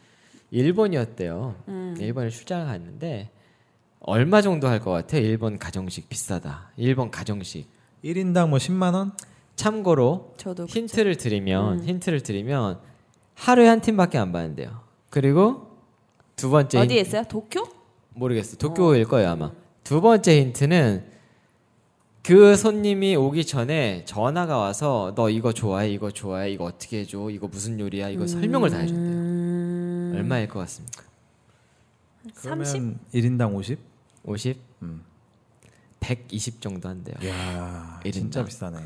일본이었대요. 음. 일본에 출장 갔는데 얼마 정도 할 것 같아? 일본 가정식 비싸다. 일본 가정식. 1인당 뭐 10만 원? 참고로 저도 그- 힌트를 드리면 힌트를 드리면 하루에 한 팀밖에 안 받는데요. 그리고 두 번째 힌트. 어디에 있어요? 도쿄? 모르겠어. 도쿄일 거예요 아마. 두 번째 힌트는 그 손님이 오기 전에 전화가 와서 너 이거 좋아해, 이거 좋아해, 이거 어떻게 해줘, 이거 무슨 요리야, 이거 설명을 다 해줬대요. 음, 얼마일 것 같습니까? 음. 그러면 30? 1인당 50? 50? 120 정도 한대요. 야, 1인당. 진짜 비싸네.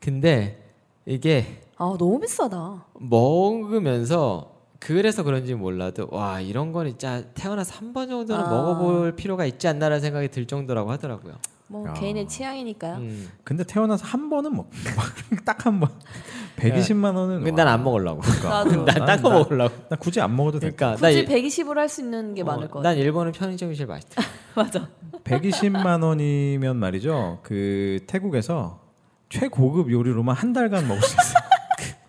근데 이게 아 너무 비싸다. 먹으면서 그래서 그런지 몰라도 와 이런 건 진짜 태어나서 한 번 정도는 아. 먹어볼 필요가 있지 않나라는 생각이 들 정도라고 하더라고요. 뭐 야. 개인의 취향이니까요. 음. 근데 태어나서 한 번은 먹. 딱한 번. 120만 원은 네. 근데 난 안 와. 먹으려고. 나도 그러니까. 난 딴 거 난- 나 먹으려고. 그러니까. 굳이 어, 안 먹어도 돼. 그러니까 나 굳이 이- 120으로 할 수 있는 게 많을 것 같아. 어, 난 일본은 편의점이 제일 맛있다. 120만 원이면 말이죠. 그 태국에서 최고급 요리로만 한 달간 먹을 수 있어요.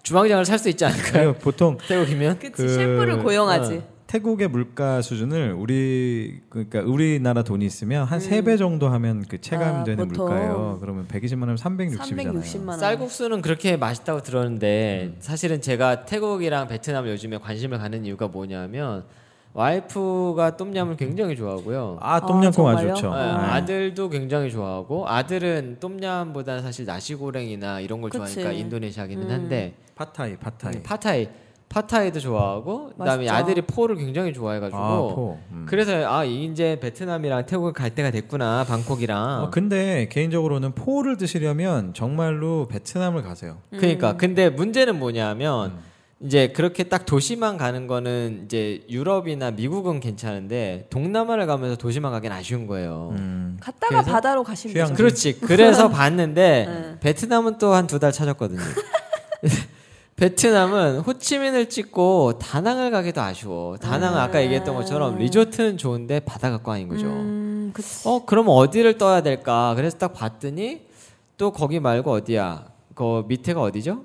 주방장을 살 수 있지 않을까요? 그러니까 보통 태국이면 그치 그- 어, 셰프를 고용하지. 태국의 물가 수준을 우리 그러니까 우리나라 돈이 있으면 한 세 배 정도 하면 그 체감되는 음. 아, 보통. 물가예요. 그러면 120만 원이면 360이잖아요. 360만 원. 쌀국수는 그렇게 맛있다고 들었는데 사실은 제가 태국이랑 베트남을 요즘에 관심을 가는 이유가 뭐냐면 와이프가 똠얌을 굉장히 좋아하고요. 아, 똠양꿍 아, 아, 주 정말요? 좋죠. 네, 네. 아들도 굉장히 좋아하고 아들은 똠얌보다는 사실 나시고랭이나 이런 걸 그치. 음. 좋아하니까 인도네시아기는 한데 팟타이, 네. 아, 팟타이. 파타이 파타이도 좋아하고 그다음에 맛있죠. 아들이 포를 굉장히 좋아해가지고 아, 포. 음. 그래서 아 이제 베트남이랑 태국을 갈 때가 됐구나 방콕이랑 어, 근데 개인적으로는 포를 드시려면 정말로 베트남을 가세요. 그러니까 근데 문제는 뭐냐면 이제 그렇게 딱 도시만 가는 거는 이제 유럽이나 미국은 괜찮은데 동남아를 가면서 도시만 가긴 아쉬운 거예요. 음. 갔다가 그래서 바다로 가시면 휴양- 되죠. 그렇지. 그래서 봤는데 베트남은 또 한 두 달 찾았거든요. 베트남은 호치민을 찍고 다낭을 가기도 아쉬워. 다낭은 아까 얘기했던 것처럼 리조트는 좋은데 바다가 꽝인 거죠. 음, 그치. 어 그럼 어디를 떠야 될까? 그래서 딱 봤더니 또 거기 말고 어디야? 그 밑에가 어디죠?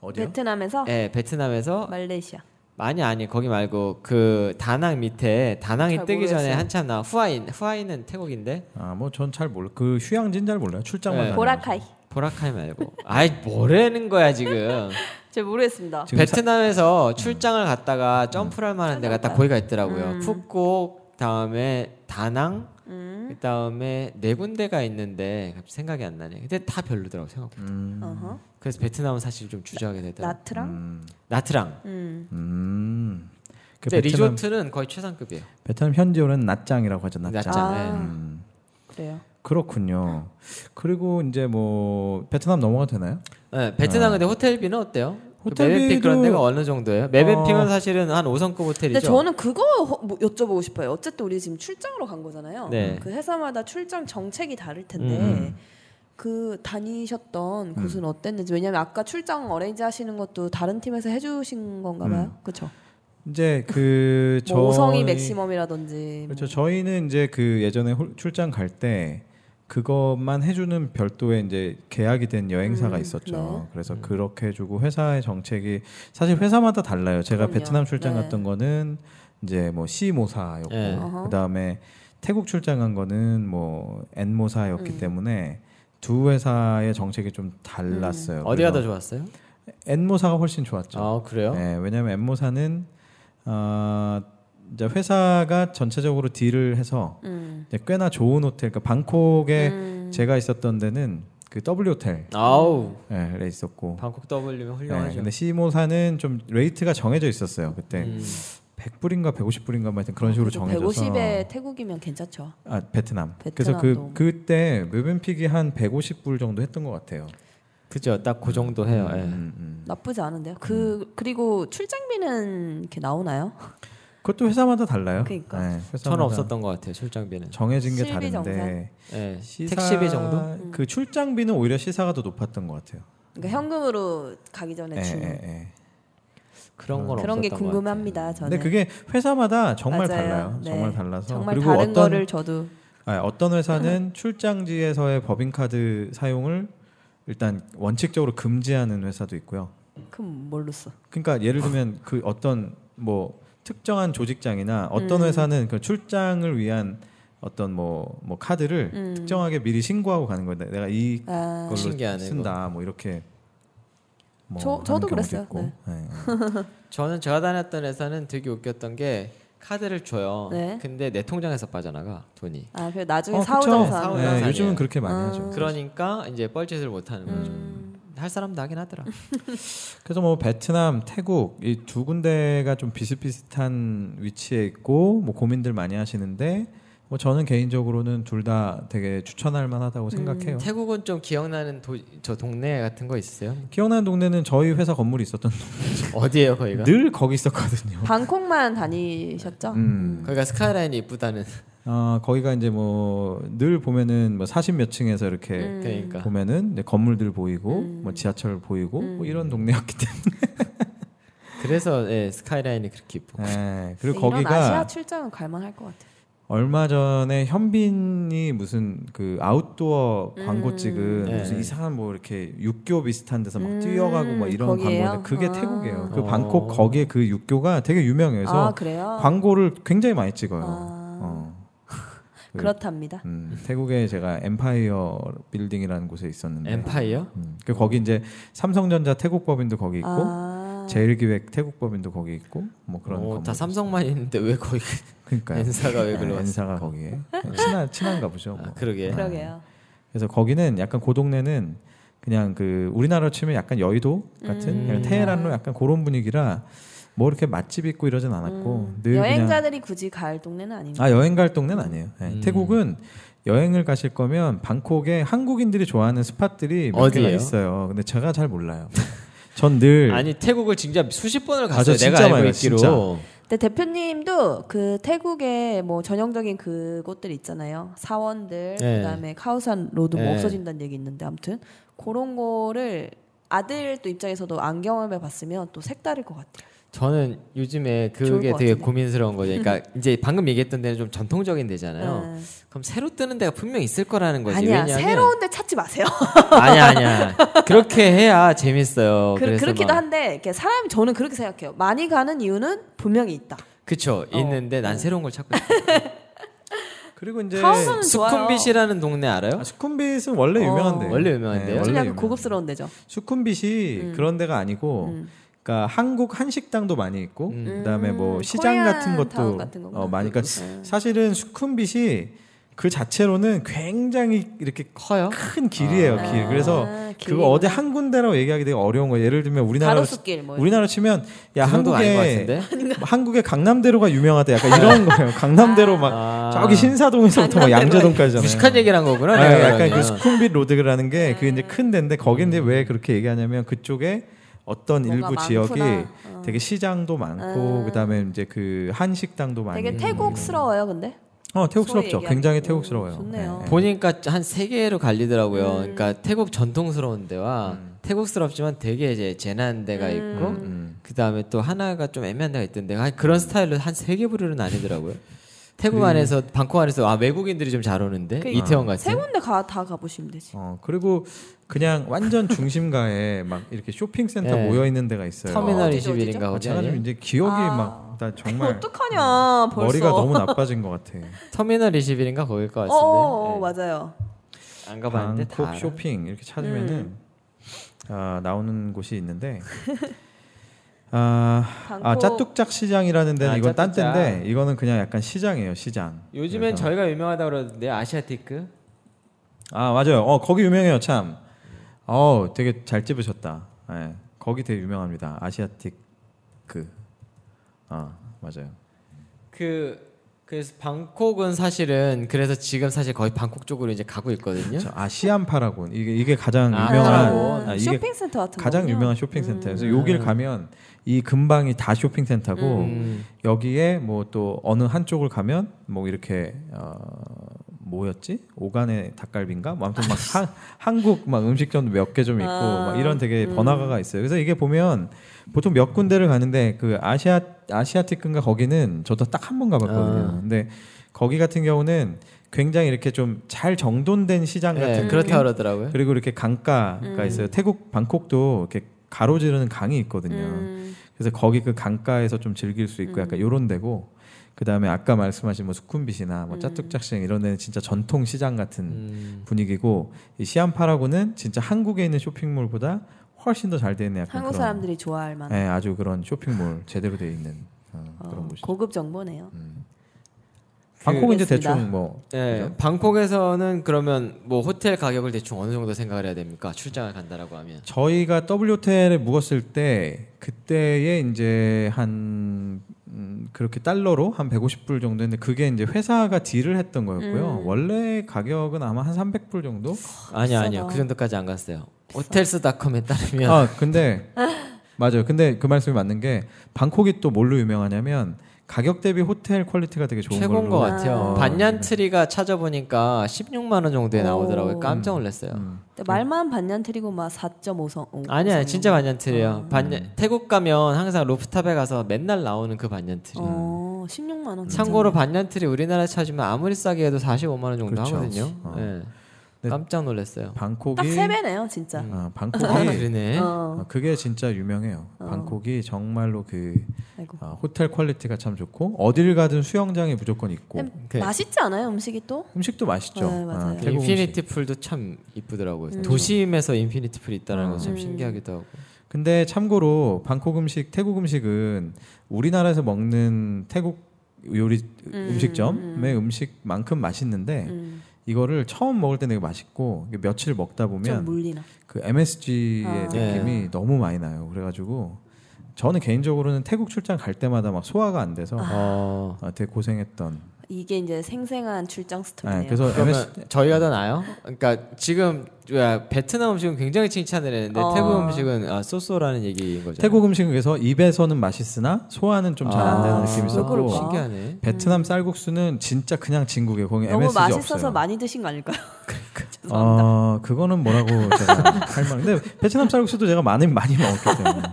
어디요? 어? 베트남에서 네, 베트남에서 말레이시아. 아니 아니 거기 말고 그 다낭 밑에 다낭이 잘 뜨기 전에 모르겠어요. 한참 나 후아인 후아인은 태국인데 아, 뭐 전 잘 몰라. 그 휴양지는 잘 몰라요. 출장만 네. 다녀요. 보라카이. 보라카이 말고 아이 뭐라는 거야 지금 제가 모르겠습니다. 지금 사- 베트남에서 출장을 갔다가 점프할 만한 데가 음. 딱 거기가 있더라고요 푸꾸옥 다음에 다낭 음. 그 다음에 네 군데가 있는데 갑자기 생각이 안 나네 근데 다 별로더라고 생각보다 어허. 그래서 베트남은 사실 좀 주저하게 되더라고 나트랑. 음. 나트랑 음. 음. 그 근데 베트남, 리조트는 거의 최상급이에요 베트남 현지어로는 낫짱이라고 하죠. 낫짱. 낫짱. 아, 네. 음. 그래요. 그렇군요. 그리고 이제 뭐 베트남 넘어가도 되나요? 네, 베트남 근데 호텔비는 어때요? 아. 호텔비도- 매베핑 그런 데가 어느 정도예요? 매베핑은 어. 사실은 한 5성급 호텔이죠. 근데 저는 그거 허- 뭐 여쭤보고 싶어요. 어쨌든 우리 지금 출장으로 간 거잖아요. 네. 그 회사마다 출장 정책이 다를 텐데 음. 그 다니셨던 곳은 어땠는지 왜냐면 아까 출장 어레인지 하시는 것도 다른 팀에서 해주신 건가 봐요. 그렇죠. 이제 음. 그 뭐 저희- 오성이 맥시멈이라든지 뭐. 그렇죠. 저희는 이제 그 예전에 홀- 출장 갈 때 그것만 해주는 별도의 이제 계약이 된 여행사가 음, 있었죠. 네. 그래서 그렇게 해주고 회사의 정책이 사실 회사마다 달라요. 제가 그럼요. 베트남 출장 네. 갔던 거는 이제 뭐 C 모사였고 네. 어허. 그 다음에 태국 출장 간 거는 뭐 N 모사였기 음. 때문에 두 회사의 정책이 좀 달랐어요. 음. 어디가 더 네, 그래서 좋았어요? N 모사가 훨씬 좋았죠. 아 그래요? 그렇죠. 네, 왜냐하면 엠모사는 어, 이제 회사가 전체적으로 딜을 해서 음. 이제 꽤나 좋은 호텔, 그렇죠. 그러니까 방콕에 음. 제가 있었던 데는 그 W 호텔에 예, 아우 있었고, 방콕 W면 음. 네, 훌륭하죠. 근데 네. C 모사는 좀 레이트가 정해져 있었어요 그때 음. 100불인가 150불인가 뭐 하여튼 그런 식으로 아, 정해져서 150에 음, 태국이면 괜찮죠. 아 베트남. 베트남도. 그래서 그 그때 뮤빈픽이 한 150불 정도 했던 것 같아요. 그죠, 딱 그 정도 해요. 예. 음, 음. 나쁘지 않은데요. 그 그리고 출장비는 이렇게 나오나요? 그것도 회사마다 달라요. 그러니까. 네, 천 회사마다 없었던 것 같아요 출장비는. 정해진 게 실비 다른데. 정산. 예. 시사- 택시비 정도? 음. 그 출장비는 오히려 시사가 더 높았던 것 같아요. 그러니까 현금으로 가기 전에 주는 음. 예. 어. 그런 건 그런 게 없었던 것 같아요. 궁금합니다. 저는 근데 네, 그게 회사마다 정말 맞아요. 달라요. 네. 정말 달라서 정말 그리고 다른 어떤 거를 저도 아니, 어떤 회사는 출장지에서의 법인카드 사용을 일단 원칙적으로 금지하는 회사도 있고요. 그럼 뭘로 써? 그러니까 예를 아. 들면 그 어떤 뭐 특정한 조직장이나 어떤 음. 회사는 그 출장을 위한 어떤 뭐 뭐 카드를 음. 특정하게 미리 신고하고 가는 건데 내가 이 아, 걸로 신기하네, 쓴다 뭐 이렇게 뭐 저- 하는 경우도 저도 그랬어요. 있고. 네. 네. 저는 제가 다녔던 회사는 되게 웃겼던 게 카드를 줘요. 네. 근데 내 통장에서 빠져나가 돈이. 아, 그래 나중에 어, 사후 그쵸. 네, 정산. 사후 정산이에요. 네, 요즘은 그렇게 많이 아. 하죠. 그러니까 이제 뻘짓을 못 하는 거죠. 음. 할 사람도 하긴 하더라. 그래서 뭐 베트남, 태국 이 두 군데가 좀 비슷비슷한 위치에 있고 뭐 고민들 많이 하시는데 뭐 저는 개인적으로는 둘 다 되게 추천할 만하다고 음. 생각해요. 태국은 좀 기억나는 도, 저 동네 같은 거 있으세요? 기억나는 동네는 저희 회사 건물이 있었던 어디예요, 거기가? 늘 거기 있었거든요. 방콕만 다니셨죠? 음. 거기가 스카이라인이 이쁘다는. 아 거기가 이제 뭐 늘 보면은 뭐 40몇 층에서 이렇게 음. 그러니까 보면은 이제 건물들 보이고 뭐 지하철 보이고 음. 뭐 이런 동네였기 그래서 예, 스카이라인이 그렇게 이쁘고. 때문에 예, 그리고 네, 이런 아시아 거기가 출장은 갈만할 것 같아요. 얼마 전에 현빈이 무슨 그 아웃도어 광고 음. 찍은 네. 무슨 이상한 뭐 이렇게 육교 비슷한 데서 막 음, 뛰어가고 막 이런 거기예요? 광고인데 그게 아. 태국이에요. 그 어. 방콕 거기에 그 육교가 되게 유명해요. 그래서 아 그래요? 광고를 굉장히 많이 찍어요. 아. 어. 그렇답니다. 음, 태국에 제가 엠파이어 빌딩이라는 곳에 있었는데 엠파이어? 음, 그 거기 이제 삼성전자 태국 법인도 거기 있고 아, 제일기획 태국 법인도 거기 있고 뭐 그런 어, 건물 다 삼성만 있는데 왜 거기 그러니까요. 엔사가 왜 네, 그러고 왔어? 엔사가 거기에 네, 친한 친한가 보죠. 아, 뭐. 그러게. 그러게요. 그래서 거기는 약간 그 동네는 그냥 그 우리나라로 치면 약간 여의도 같은 음. 그냥 테헤란로 약간 그런 분위기라 뭐 이렇게 맛집 있고 이러진 않았고 음. 늘 그냥 여행자들이 굳이 갈 동네는 아닌가. 아 여행 갈 동네는 아니에요. 예, 음. 태국은 여행을 가실 거면 방콕에 한국인들이 좋아하는 스팟들이 몇 개가 어디예요? 있어요. 근데 제가 잘 몰라요. 전늘 아니 태국을 진짜 수십 번을 아, 갔어요. 저 내가 네. 진짜 알고 많이 있기로. 가요, 근데 대표님도 그 태국의 뭐 전형적인 그곳들 있잖아요. 사원들 네. 그다음에 카오산 로드 뭐 네. 없어진다는 얘기 있는데 아무튼 그런 거를 아들 또 입장에서도 안 경험해 봤으면 또 색다를 것 같아요. 저는 요즘에 좋을 것 그게 되게 같은데. 고민스러운 거죠. 그러니까 이제 방금 얘기했던 데는 좀 전통적인 데잖아요. 음. 그럼 새로 뜨는 데가 분명 있을 네. 거라는 거지. 아니야 왜냐하면 새로운 데 찾지 마세요. 아니야 아니야. 그렇게 해야 재밌어요. 그, 그래서 렇기도 막- 한데 이렇게 사람이 저는 그렇게 생각해요. 많이 가는 이유는 분명히 있다. 그쵸 어. 있는데 난 새로운 걸 찾고 있어. 그리고 이제 카오산은 좋아요. 수쿰빗이라는 동네 알아요? 아, 수쿰빗은 원래 어. 유명한데 네, 원래 유명한데요? 좀 약간 유명해요. 고급스러운 데죠. 수쿰빗이 음. 그런 데가 아니고 음. 그러니까 한국 한식당도 많이 있고 음. 그다음에 뭐 음, 시장 코리안 같은 타운 것도 같은 거구나. 어, 많이 그러니까 음. 사실은 수쿰빗이 그 자체로는 굉장히 이렇게 커요? 큰 길이에요 아. 길 그래서 아, 그거 어디 길이구나. 한 군데라고 얘기하기 되게 어려운 거예요 예를 들면 우리나라로 치- 가로수길 뭐 우리나라 치면 야 그 정도가 아닌 것 한국에 뭐 같은데. 한국의 강남대로가 유명하다 약간 이런 거예요 강남대로 막 아. 저기 신사동에서부터 막 양재동까지잖아요 무식한 얘기를 한 거구나. 아, 내가 약간 그 그러면. 스쿰빗 로드라는 게 그게 음. 이제 큰 데인데 거긴 이제 음. 왜 그렇게 얘기하냐면 그쪽에 어떤 뭔가 일부 많구나. 지역이 어. 되게 시장도 많고 아. 그다음에 이제 그 한식당도 많이 되게 있고. 태국스러워요, 근데. 어 태국스럽죠 소위 굉장히 얘기하는- 태국스러워요 음, 좋네요. 네, 네. 보니까 한 세 개로 갈리더라고요. 음. 그러니까 태국 전통스러운 데와 태국스럽지만 되게 이제 재난 데가 음. 있고 음. 그 다음에 또 하나가 좀 애매한 데가 있던데 한 그런 스타일로 한 세 개 부류는 아니더라고요. 태국 그리고- 안에서 방콕 안에서 아 외국인들이 좀 잘 오는데 그러니까. 이태원 같이 음. 세 군데 가 다 가보시면 되지. 어 그리고 그냥 완전 중심가에 막 이렇게 쇼핑센터 예. 모여 있는 데가 있어요. 터미널 어디죠, 어디죠? 21인가 아, 거기 제가 아니에요? 좀 이제 기억이 아. 막 나 정말 음, 어떡하냐 벌써. 머리가 너무 나빠진 것 같아. 터미널 21인가 거길 것 같은데 어, 어, 예. 맞아요. 안 가봤는데 다 음. 방콕 알아. 쇼핑 이렇게 찾으면은 아, 나오는 곳이 있는데 아, 방콕. 아 짜뚝짝 시장이라는 데는 아, 이건 딴 짜뚝짝. 데인데 이거는 그냥 약간 시장이에요 시장. 요즘엔 그래서- 저희가 유명하다 그러는데 아시아티크 아 맞아요. 어 거기 유명해요 참. 어 되게 잘 집으셨다. 예. 거기 되게 유명합니다. 아시아틱 그아 맞아요. 그 그래서 방콕은 사실은 그래서 지금 사실 거의 방콕 쪽으로 이제 가고 있거든요. 저 아시안파라고 이게 이게 가장 아, 유명한 파라곤. 아, 이게 쇼핑센터 같은 가장 거군요. 유명한 쇼핑센터여서 음. 여길 가면 이 근방이 다 쇼핑센터고 음. 여기에 뭐 또 어느 한쪽을 가면 뭐 이렇게 어 뭐였지 오간의 닭갈비인가 뭐 아무튼 막 한, 한국 막 음식점도 몇 개 좀 있고 아, 막 이런 되게 음. 번화가가 있어요. 그래서 이게 보면 보통 몇 군데를 가는데 그 아시아 아시아틱인가 거기는 저도 딱 한 번 가봤거든요. 아. 근데 거기 같은 경우는 굉장히 이렇게 좀 잘 정돈된 시장 예, 같은 그렇다 느낌? 네. 그러더라고요. 그리고 이렇게 강가가 음. 있어요. 태국 방콕도 이렇게 가로지르는 강이 있거든요. 음. 그래서 거기 그 강가에서 좀 즐길 수 있고 약간 요런 데고 그다음에 아까 말씀하신 뭐 수쿰빗이나 음. 뭐 짜뚝짝시장 이런 데는 진짜 전통 시장 같은 음. 분위기고 이 시안파라고는 진짜 한국에 있는 쇼핑몰보다 훨씬 더 잘 돼 있는 약간 한국 그런 사람들이 좋아할 만한 예, 아주 그런 쇼핑몰 제대로 돼 있는 어, 그런 어, 곳이죠. 음. 고급 정보네요. 방콕은 이제 그렇습니다. 대충 뭐 예, 그죠? 방콕에서는 그러면 뭐 호텔 가격을 대충 어느 정도 생각을 해야 됩니까? 출장을 간다라고 하면. 저희가 W 호텔에 묵었을 때 그때에 이제 한 음, 그렇게 달러로 한 150불 정도 했는데 그게 이제 회사가 딜을 했던 음. 거였고요. 원래 가격은 아마 한 300불 정도? 아니요, 비싸다. 아니요. 그 정도까지 안 갔어요. 호텔스닷컴에 따르면 아, 근데 맞아요. 근데 그 말씀이 맞는 게 방콕이 또 뭘로 유명하냐면 가격 대비 호텔 퀄리티가 되게 좋은 최고인 걸로. 것 같아요. 아. 반얀트리가 찾아보니까 16만 원 정도에 오. 나오더라고요. 깜짝 놀랐어요. 음, 근데 말만 반년트리고 막 4.5성. 아니야, 진짜 반얀트리예요. 반얀, 태국 가면 항상 루프탑에 가서 맨날 나오는 그 반얀트리. 어, 16만 음, 원. 참고로 반얀트리 우리나라에 찾으면 아무리 싸게 해도 45만 원 정도 그렇죠. 하거든요. 어. 예. 네. 깜짝 놀랐어요. 방콕이 딱세 배네요, 진짜. 아, 아, 방콕이 그러네. 어. 아, 그게 진짜 유명해요. 방콕이 정말로 그 아이고. 아, 호텔 퀄리티가 참 좋고 어딜 가든 수영장이 무조건 있고 근데 오케이. 맛있지 않아요, 음식이 또? 음식도 맛있죠. 네, 음. 맞아요. 태국 인피니티 음식. 풀도 참 이쁘더라고요. 음. 도심에서 인피니티 풀이 있다는 건 참 신기하기도 하고. 근데 참고로 방콕 음식, 태국 음식은 우리나라에서 먹는 태국 요리 음, 식점 네. 의 음. 식만큼 맛있는데 음. 이거를 처음 먹을 때 되게 맛있고 이게 며칠 먹다 좀 보면 물리나. 그 MSG의 아. 느낌이 네. 너무 많이 나요. 그래가지고 저는 개인적으로는 태국 출장 갈 때마다 막 소화가 안 돼서 어. 아, 되게 고생했던. 이게 이제 생생한 출장 네, 스토리네요. 그래서 그러면 MS 저희가 더 나아요? 그러니까 지금 뭐야, 베트남 음식은 굉장히 칭찬을 했는데 어. 태국 음식은 아, 쏘쏘라는 얘기인 거죠. 태국 음식은 그래서 입에서는 맛있으나 소화는 좀 잘 안 아, 되는 느낌이 그거 그럴까? 있었고 신기하네. 베트남 쌀국수는 진짜 그냥 진국에 거기 너무 MSG 맛있어서 없어요. 많이 드신 거 아닐까요? 죄송합니다. 어, 그거는 뭐라고 제가 할 말인데 베트남 쌀국수도 제가 많이 많이 먹었기 때문에. 네.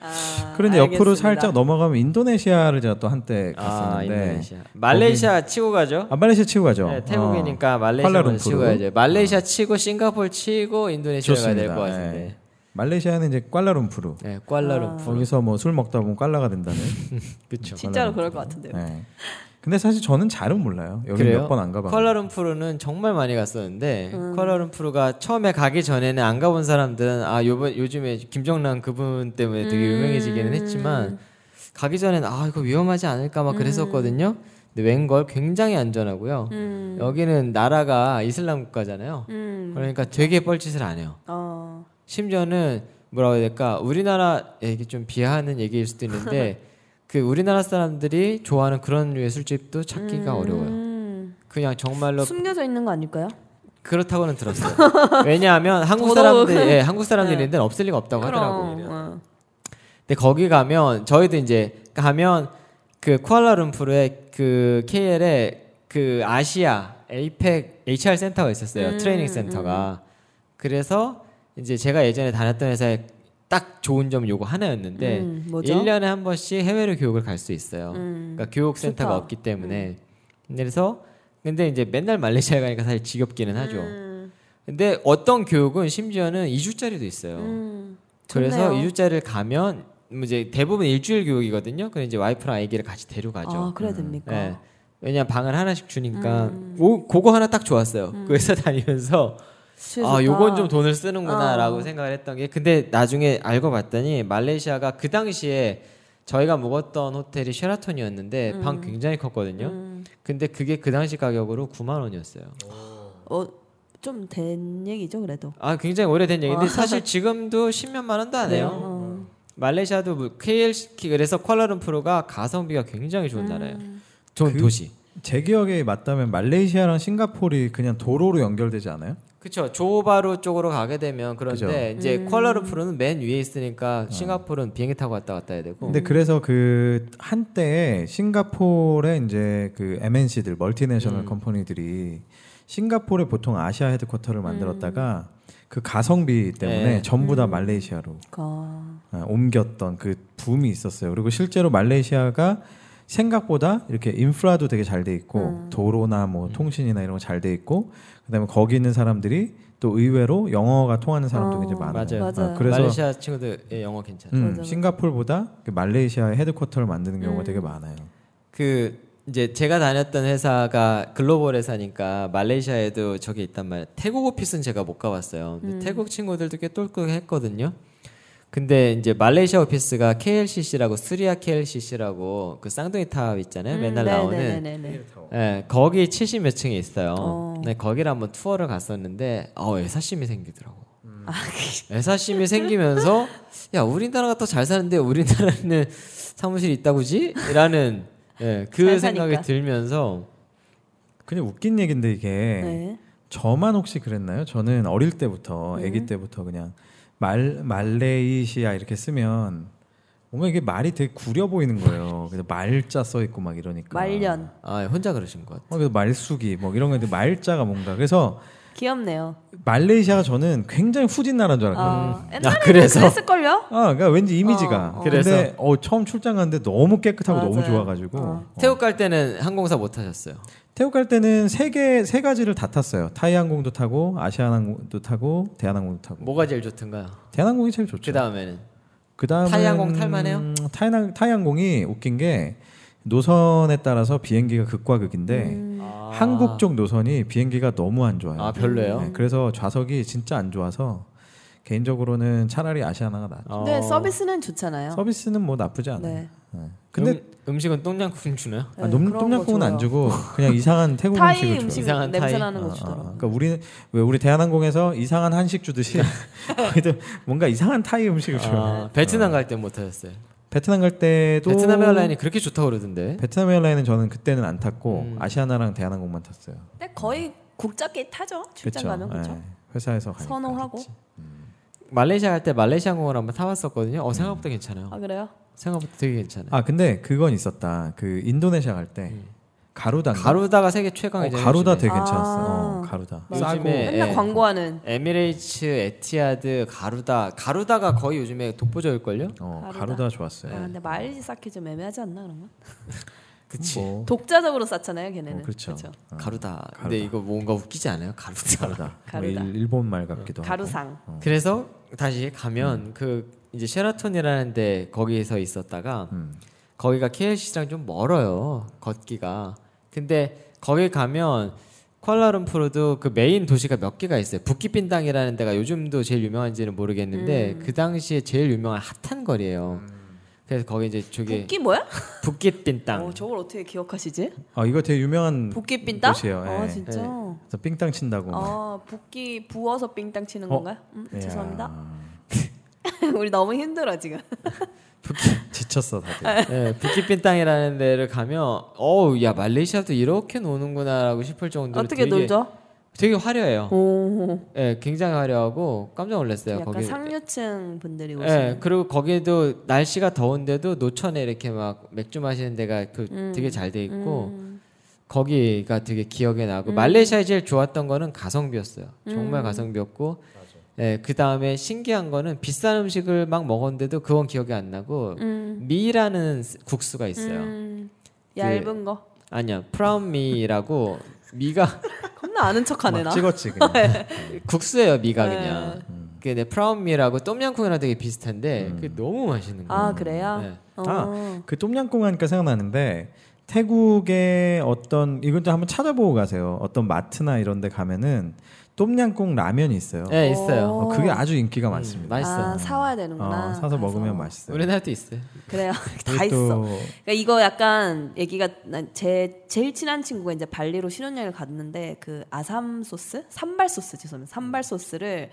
아, 그런데 옆으로 알겠습니다. 살짝 넘어가면 인도네시아를 제가 또 한때 아, 갔었는데 인도네시아. 말레이시아 치고 가죠? 아, 말레이시아 치고 가죠. 네, 태국이니까 말레이시아 먼저 치고 쿠알라룸푸르. 가야죠. 말레이시아 치고 싱가포르 치고 인도네시아 가야 될 것 좋습니다. 같은데. 예. 말레이시아는 이제 꽈라룸푸르. 네, 꽈라룸푸르. 거기서 뭐 술 먹다 보면 꽈라가 된다는. 그렇죠. 진짜로 그럴 것 같은데요. 네. 근데 사실 저는 잘은 몰라요. 여기 몇 번 안 가봐. 콜라룸푸르는 정말 많이 갔었는데 콜라룸푸르가 처음에 가기 전에는 안 가본 사람들은 아 요번 요즘에 김정남 그분 때문에 되게 유명해지기는 했지만 가기 전에는 아 이거 위험하지 않을까 막 그랬었거든요. 근데 웬걸 굉장히 안전하고요. 음. 여기는 나라가 이슬람 국가잖아요. 음. 그러니까 되게 뻘짓을 안 해요. 어. 심지어는 뭐라고 해야 될까 우리나라 얘기 좀 비하하는 얘기일 수도 있는데 그 우리나라 사람들이 좋아하는 그런 류의 술집도 찾기가 어려워요. 음. 그냥 정말로 숨겨져 있는 거 아닐까요? 그렇다고는 들었어요. 왜냐하면 한국 더더욱. 사람들, 예, 한국 네. 사람들이 있는데 없을 리가 없다고 하더라고요. 어. 근데 거기 가면 저희도 이제 가면 그 쿠알라룸푸르의 그 KL에 그 아시아 에이펙 HR 센터가 있었어요. 음, 트레이닝 센터가. 그래서 이제 제가 예전에 다녔던 회사에 딱 좋은 점 요거 네. 하나였는데 음, 뭐죠? 1년에 한 번씩 해외로 교육을 갈 수 있어요. 음. 그러니까 교육 센터가 좋다. 음. 없기 때문에 그래서 근데 이제 맨날 말레이시아 가니까 사실 지겹기는 하죠. 음, 근데 어떤 교육은 심지어는 2주짜리도 있어요. 음. 그래서 좋네요. 2주짜리를 가면 뭐 이제 대부분 일주일 교육이거든요. 그럼 이제 와이프랑 아기를 같이 데려가죠. 아, 그래야 음. 됩니까? 예. 네. 왜냐면 방을 하나씩 주니까 음. 오, 그거 하나 딱 좋았어요. 그 회사 다니면서 진짜 아 좋다. 요건 좀 돈을 쓰는구나라고 어. 생각을 했던 게 근데 나중에 알고 봤더니 말레이시아가 그 당시에 저희가 묵었던 호텔이 쉐라톤이었는데 방 굉장히 컸거든요. 음. 근데 그게 그 당시 가격으로 9만 원이었어요. 어, 좀 된 얘기죠, 그래도. 아 굉장히 오래된 얘기인데 어. 사실 지금도 10몇만 원도 안 해요. 어. 말레이시아도 뭐 KLC 그래서 쿠알라룸푸르가 가성비가 굉장히 음. 좋은 나라예요. 좋은 그- 도시. 제 기억에 맞다면 말레이시아랑 싱가포르이 그냥 도로로 연결되지 않아요? 그렇죠. 조호바루 쪽으로 가게 되면 그런데 이제 음. 쿠알라룸푸르는 맨 위에 있으니까 싱가포르는 비행기 타고 왔다 갔다 해야 되고. 근데 그래서 그 한때 싱가포르에 이제 그 MNC들 멀티내셔널 컴퍼니들이 싱가포르에 보통 아시아 헤드쿼터를 만들었다가 그 가성비 때문에 네. 전부 다 말레이시아로 아, 아, 옮겼던 그 붐이 있었어요. 그리고 실제로 말레이시아가 생각보다 이렇게 인프라도 되게 잘 돼 있고 음. 도로나 음. 뭐 통신이나 이런 거 잘 돼 있고 그다음에 거기 있는 사람들이 또 의외로 영어가 통하는 사람도 어, 굉장히 많아요. 맞아요. 아, 맞아요. 그래서 말레이시아 친구들 예, 영어 괜찮아. 요 음, 맞아, 음. 맞아. 싱가포르보다 그 말레이시아의 헤드쿼터를 만드는 경우가 되게 많아요. 그 이제 제가 다녔던 회사가 글로벌 회사니까 말레이시아에도 저기 있단 말이에요. 태국 오피스는 제가 못 가봤어요. 음. 근데 태국 친구들도 꽤 똘똘했거든요. 근데 이제 말레이시아 오피스가 KLCC라고 스리아 KLCC라고 그 쌍둥이 탑 네, 있잖아요. 음, 맨날 나오는 음, 네, 네네네네. 예, 거기 70몇 층에 있어요. 어. 네, 거기를 한번 투어를 갔었는데 어, 애사심이 생기더라고. 음. 아, 애사심이 생기면서 야, 우리나라가 더 잘 사는데 우리나라는 사무실이 있다고지? 라는 예, 그 잘 생각이 사니까. 들면서 그냥 웃긴 얘기인데 이게 네. 저만 혹시 그랬나요? 저는 어릴 때부터 아기 때부터 그냥 말 말레이시아 이렇게 쓰면 뭔가 이게 말이 되게 구려 보이는 거예요. 그래서 말자 써 있고 막 이러니까 말년. 아, 혼자 그러신 것 같아요. 어, 그래서 말숙이 뭐 이런 건데 말자가 뭔가 그래서 귀엽네요. 말레이시아가 저는 굉장히 후진 나라인 줄 알았거든요. 어, 옛날에 아, 그래서? 그랬을걸요? 아, 그러니까 왠지 이미지가 어, 어. 근데 어, 처음 출장 갔는데 너무 깨끗하고 너무 맞아요. 좋아가지고 어. 어. 태국 갈 때는 항공사 못 타셨어요. 태국 갈 때는 세개세 가지를 다 탔어요. 타이 항공도 타고 아시아 항공도 타고 대한항공도 타고 뭐가 제일 좋던가요? 대한항공이 제일 좋죠. 그 다음에는 그다음 타이 항공 탈만해요? 타이, 타이 항공이 웃긴 게 노선에 따라서 비행기가 극과 극인데 음. 음. 한국 쪽 노선이 비행기가 너무 안 아. 좋아요. 아, 별로예요? 네, 그래서 좌석이 진짜 안 좋아서 개인적으로는 차라리 아시아나가 나. 근데 어, 서비스는 좋잖아요. 서비스는 뭐 나쁘지 않아요. 네. 근데 음, 음식은 똥냥꿍 주나요? 아, 놈- 그런 거 똠양꿍은 안 줘요. 주고 그냥 이상한 태국 타이 음식을 줘요. 음식 이상한 냄새 타이. 아, 나는 아, 거 아. 주더라고. 그러니까 우리는 왜 우리 대한항공에서 이상한 한식 주듯이 거기도 뭔가 이상한 타이 음식을 줘요. 아, 베트남 갈 때 못 타셨어요. 베트남 갈 때도 베트남 에어라인이 그렇게 좋다고 네? 그러던데. 베트남 에어라인은 저는 그때는 안 탔고 음. 아시아나랑 대한항공만 탔어요. 근데 거의 국적기 타죠. 출장 그쵸? 가면 그렇죠. 예, 회사에서 가니까. 어. 선호하고. 말레이시아 갈 때 말레이시아 항공을 한번 타봤었거든요. 어 생각보다 괜찮아요. 아 그래요? 생각보다 되게 괜찮아요. 아 근데 그건 있었다. 그 인도네시아 갈 때 음. 가루다. 가루다가 세계 어, 최강이잖아요. 가루다 되게 아. 네. 괜찮았어. 어, 가루다. 맞아요. 싸고 네. 요즘에 맨날 예. 광고하는 에미레이츠, 에티아드, 가루다. 가루다가 거의 요즘에 독보적일 걸요? 어, 가루다. 가루다 좋았어요. 아, 근데 마일리지 쌓기 좀 애매하지 않나 그런 건? 그치. 뭐, 독자적으로 쌓잖아요, 걔네는. 어, 그렇죠. 그쵸? 가루다. 근데 이거 뭔가 웃기지 않아요? 가루다. 가루다. 가루다. 네. 뭐 일, 일본 말 같기도 하고. 가루상. 그래서 다시 가면 그 이제 쉐라톤이라는데 거기에서 있었다가 음. 거기가 KLC랑 좀 멀어요 걷기가. 근데 거기 가면 쿠알라룸푸르도 그 메인 도시가 몇 개가 있어요. 북기빈당이라는 데가 요즘도 제일 유명한지는 모르겠는데 음. 그 당시에 제일 유명한 핫한 거리예요. 그래서 거기 이제 저기 붓기 뭐야? 북기빈당. 어, 저걸 어떻게 기억하시지? 아 이거 되게 음, 유명한 붓기 빈땅? 곳이에요. 아 예. 진짜. 그래서 삥땅 친다고. 아 붓기 부어서 빙땅 치는 어? 건가요? 음, 예. 이야, 죄송합니다. 우리 너무 힘들어 지금. 지쳤어 아, 다들. 예, 북기빈당이라는 데를 가면 어우 야 말레이시아도 이렇게 노는구나라고 싶을 정도로 어떻게 되게, 놀죠? 되게 화려해요. 오. 예, 굉장히 화려하고 깜짝 놀랐어요. 약간 거기 상류층 분들이 오시는. 예, 그리고 거기도 날씨가 더운데도 노천에 이렇게 막 맥주 마시는 데가 그 음. 되게 잘 돼 있고 거기가 되게 기억에 나고 음. 말레이시아에 제일 좋았던 거는 가성비였어요. 정말 가성비였고 예, 그 다음에 신기한 거는 비싼 음식을 막 먹었는데도 그건 기억이 안 나고 미라는 국수가 있어요. 음, 그- 얇은 거. 아니야 프라운 미라고 미가 겁나 아는 척하네 나. 막 찍었지 그냥. 국수예요 미가 네. 그냥 그내 프라운 미라고 똠양꿍이랑 되게 비슷한데 음. 그게 너무 맛있는 거예요. 아 그래요? 네. 어. 아, 그 똠양꿍 하니까 생각나는데 태국의 어떤 이건 좀 한번 찾아보고 가세요. 어떤 마트나 이런 데 가면은 똠양꿍 라면이 있어요. 네 있어요. 어, 그게 아주 음, 인기가 많습니다. 맛있어요. 아, 사와야 되는구나. 어, 사서 먹으면 가서. 맛있어요. 우리나라도 있어요. 그래요. 다 그리고 있어. 또 그러니까 이거 약간 얘기가 난 제 제일 친한 친구가 이제 발리로 신혼여행을 갔는데 그 아삼 소스, 삼발 소스 죄송합니다. 삼발 소스를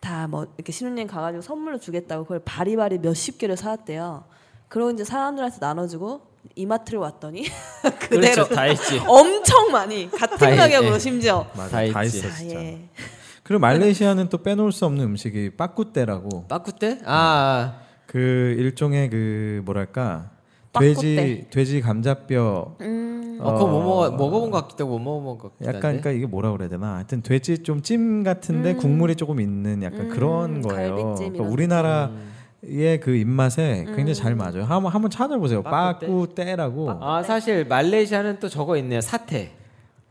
다 뭐 이렇게 신혼여행 가가지고 선물로 주겠다고 그걸 바리바리 몇십 개를 사왔대요. 그러고 이제 사람들한테 나눠주고 이마트를 왔더니 그대로 그렇죠, 다 있지. 엄청 많이 같은 다행이네. 가격으로 심지어 맞아, 다 다, 있지. 있어 아, 진짜. 예. 그리고 말레이시아는 또 빼놓을 수 없는 음식이 빠꾸떼라고 빠꾸떼? 아 그 일종의 그 뭐랄까 돼지 빠꾸떼. 돼지 감자뼈 음, 어, 그거 못 먹어 먹어본 것 같기도 하고 못 먹어본 것 같기도 약간 한데. 그러니까 이게 뭐라 그래야 되나 하여튼 돼지 좀 찜 같은데 국물이 조금 있는 약간 음, 그런 거예요. 갈비찜 그러니까 이런 음. 우리나라의 그 입맛에 굉장히 잘 맞아요. 한번 한번 찾아보세요. 빠꾸떼? 빠꾸떼라고 아 사실 말레이시아는 또 저거 있네요 사태.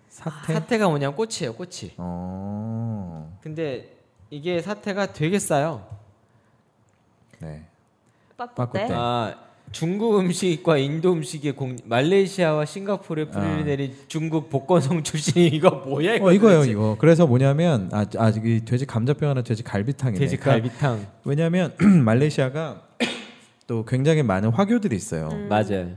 사태. 사태가 뭐냐면 꼬치예요 꼬치. 어, 근데 이게 사태가 되게 싸요. 네. 빠꾸떼. 네. 아 중국 음식과 인도 음식의 공 말레이시아와 싱가포르의 뿌리를 아. 내린 중국 복건성 출신이 이거 뭐야 이거 어 이거예요 도대체? 이거. 그래서 뭐냐면 아, 아 이게 돼지 감자뼈 하나 돼지 갈비탕이네. 돼지 그러니까 갈비탕 왜냐하면 말레이시아가 또 굉장히 많은 화교들이 있어요. 음. 맞아요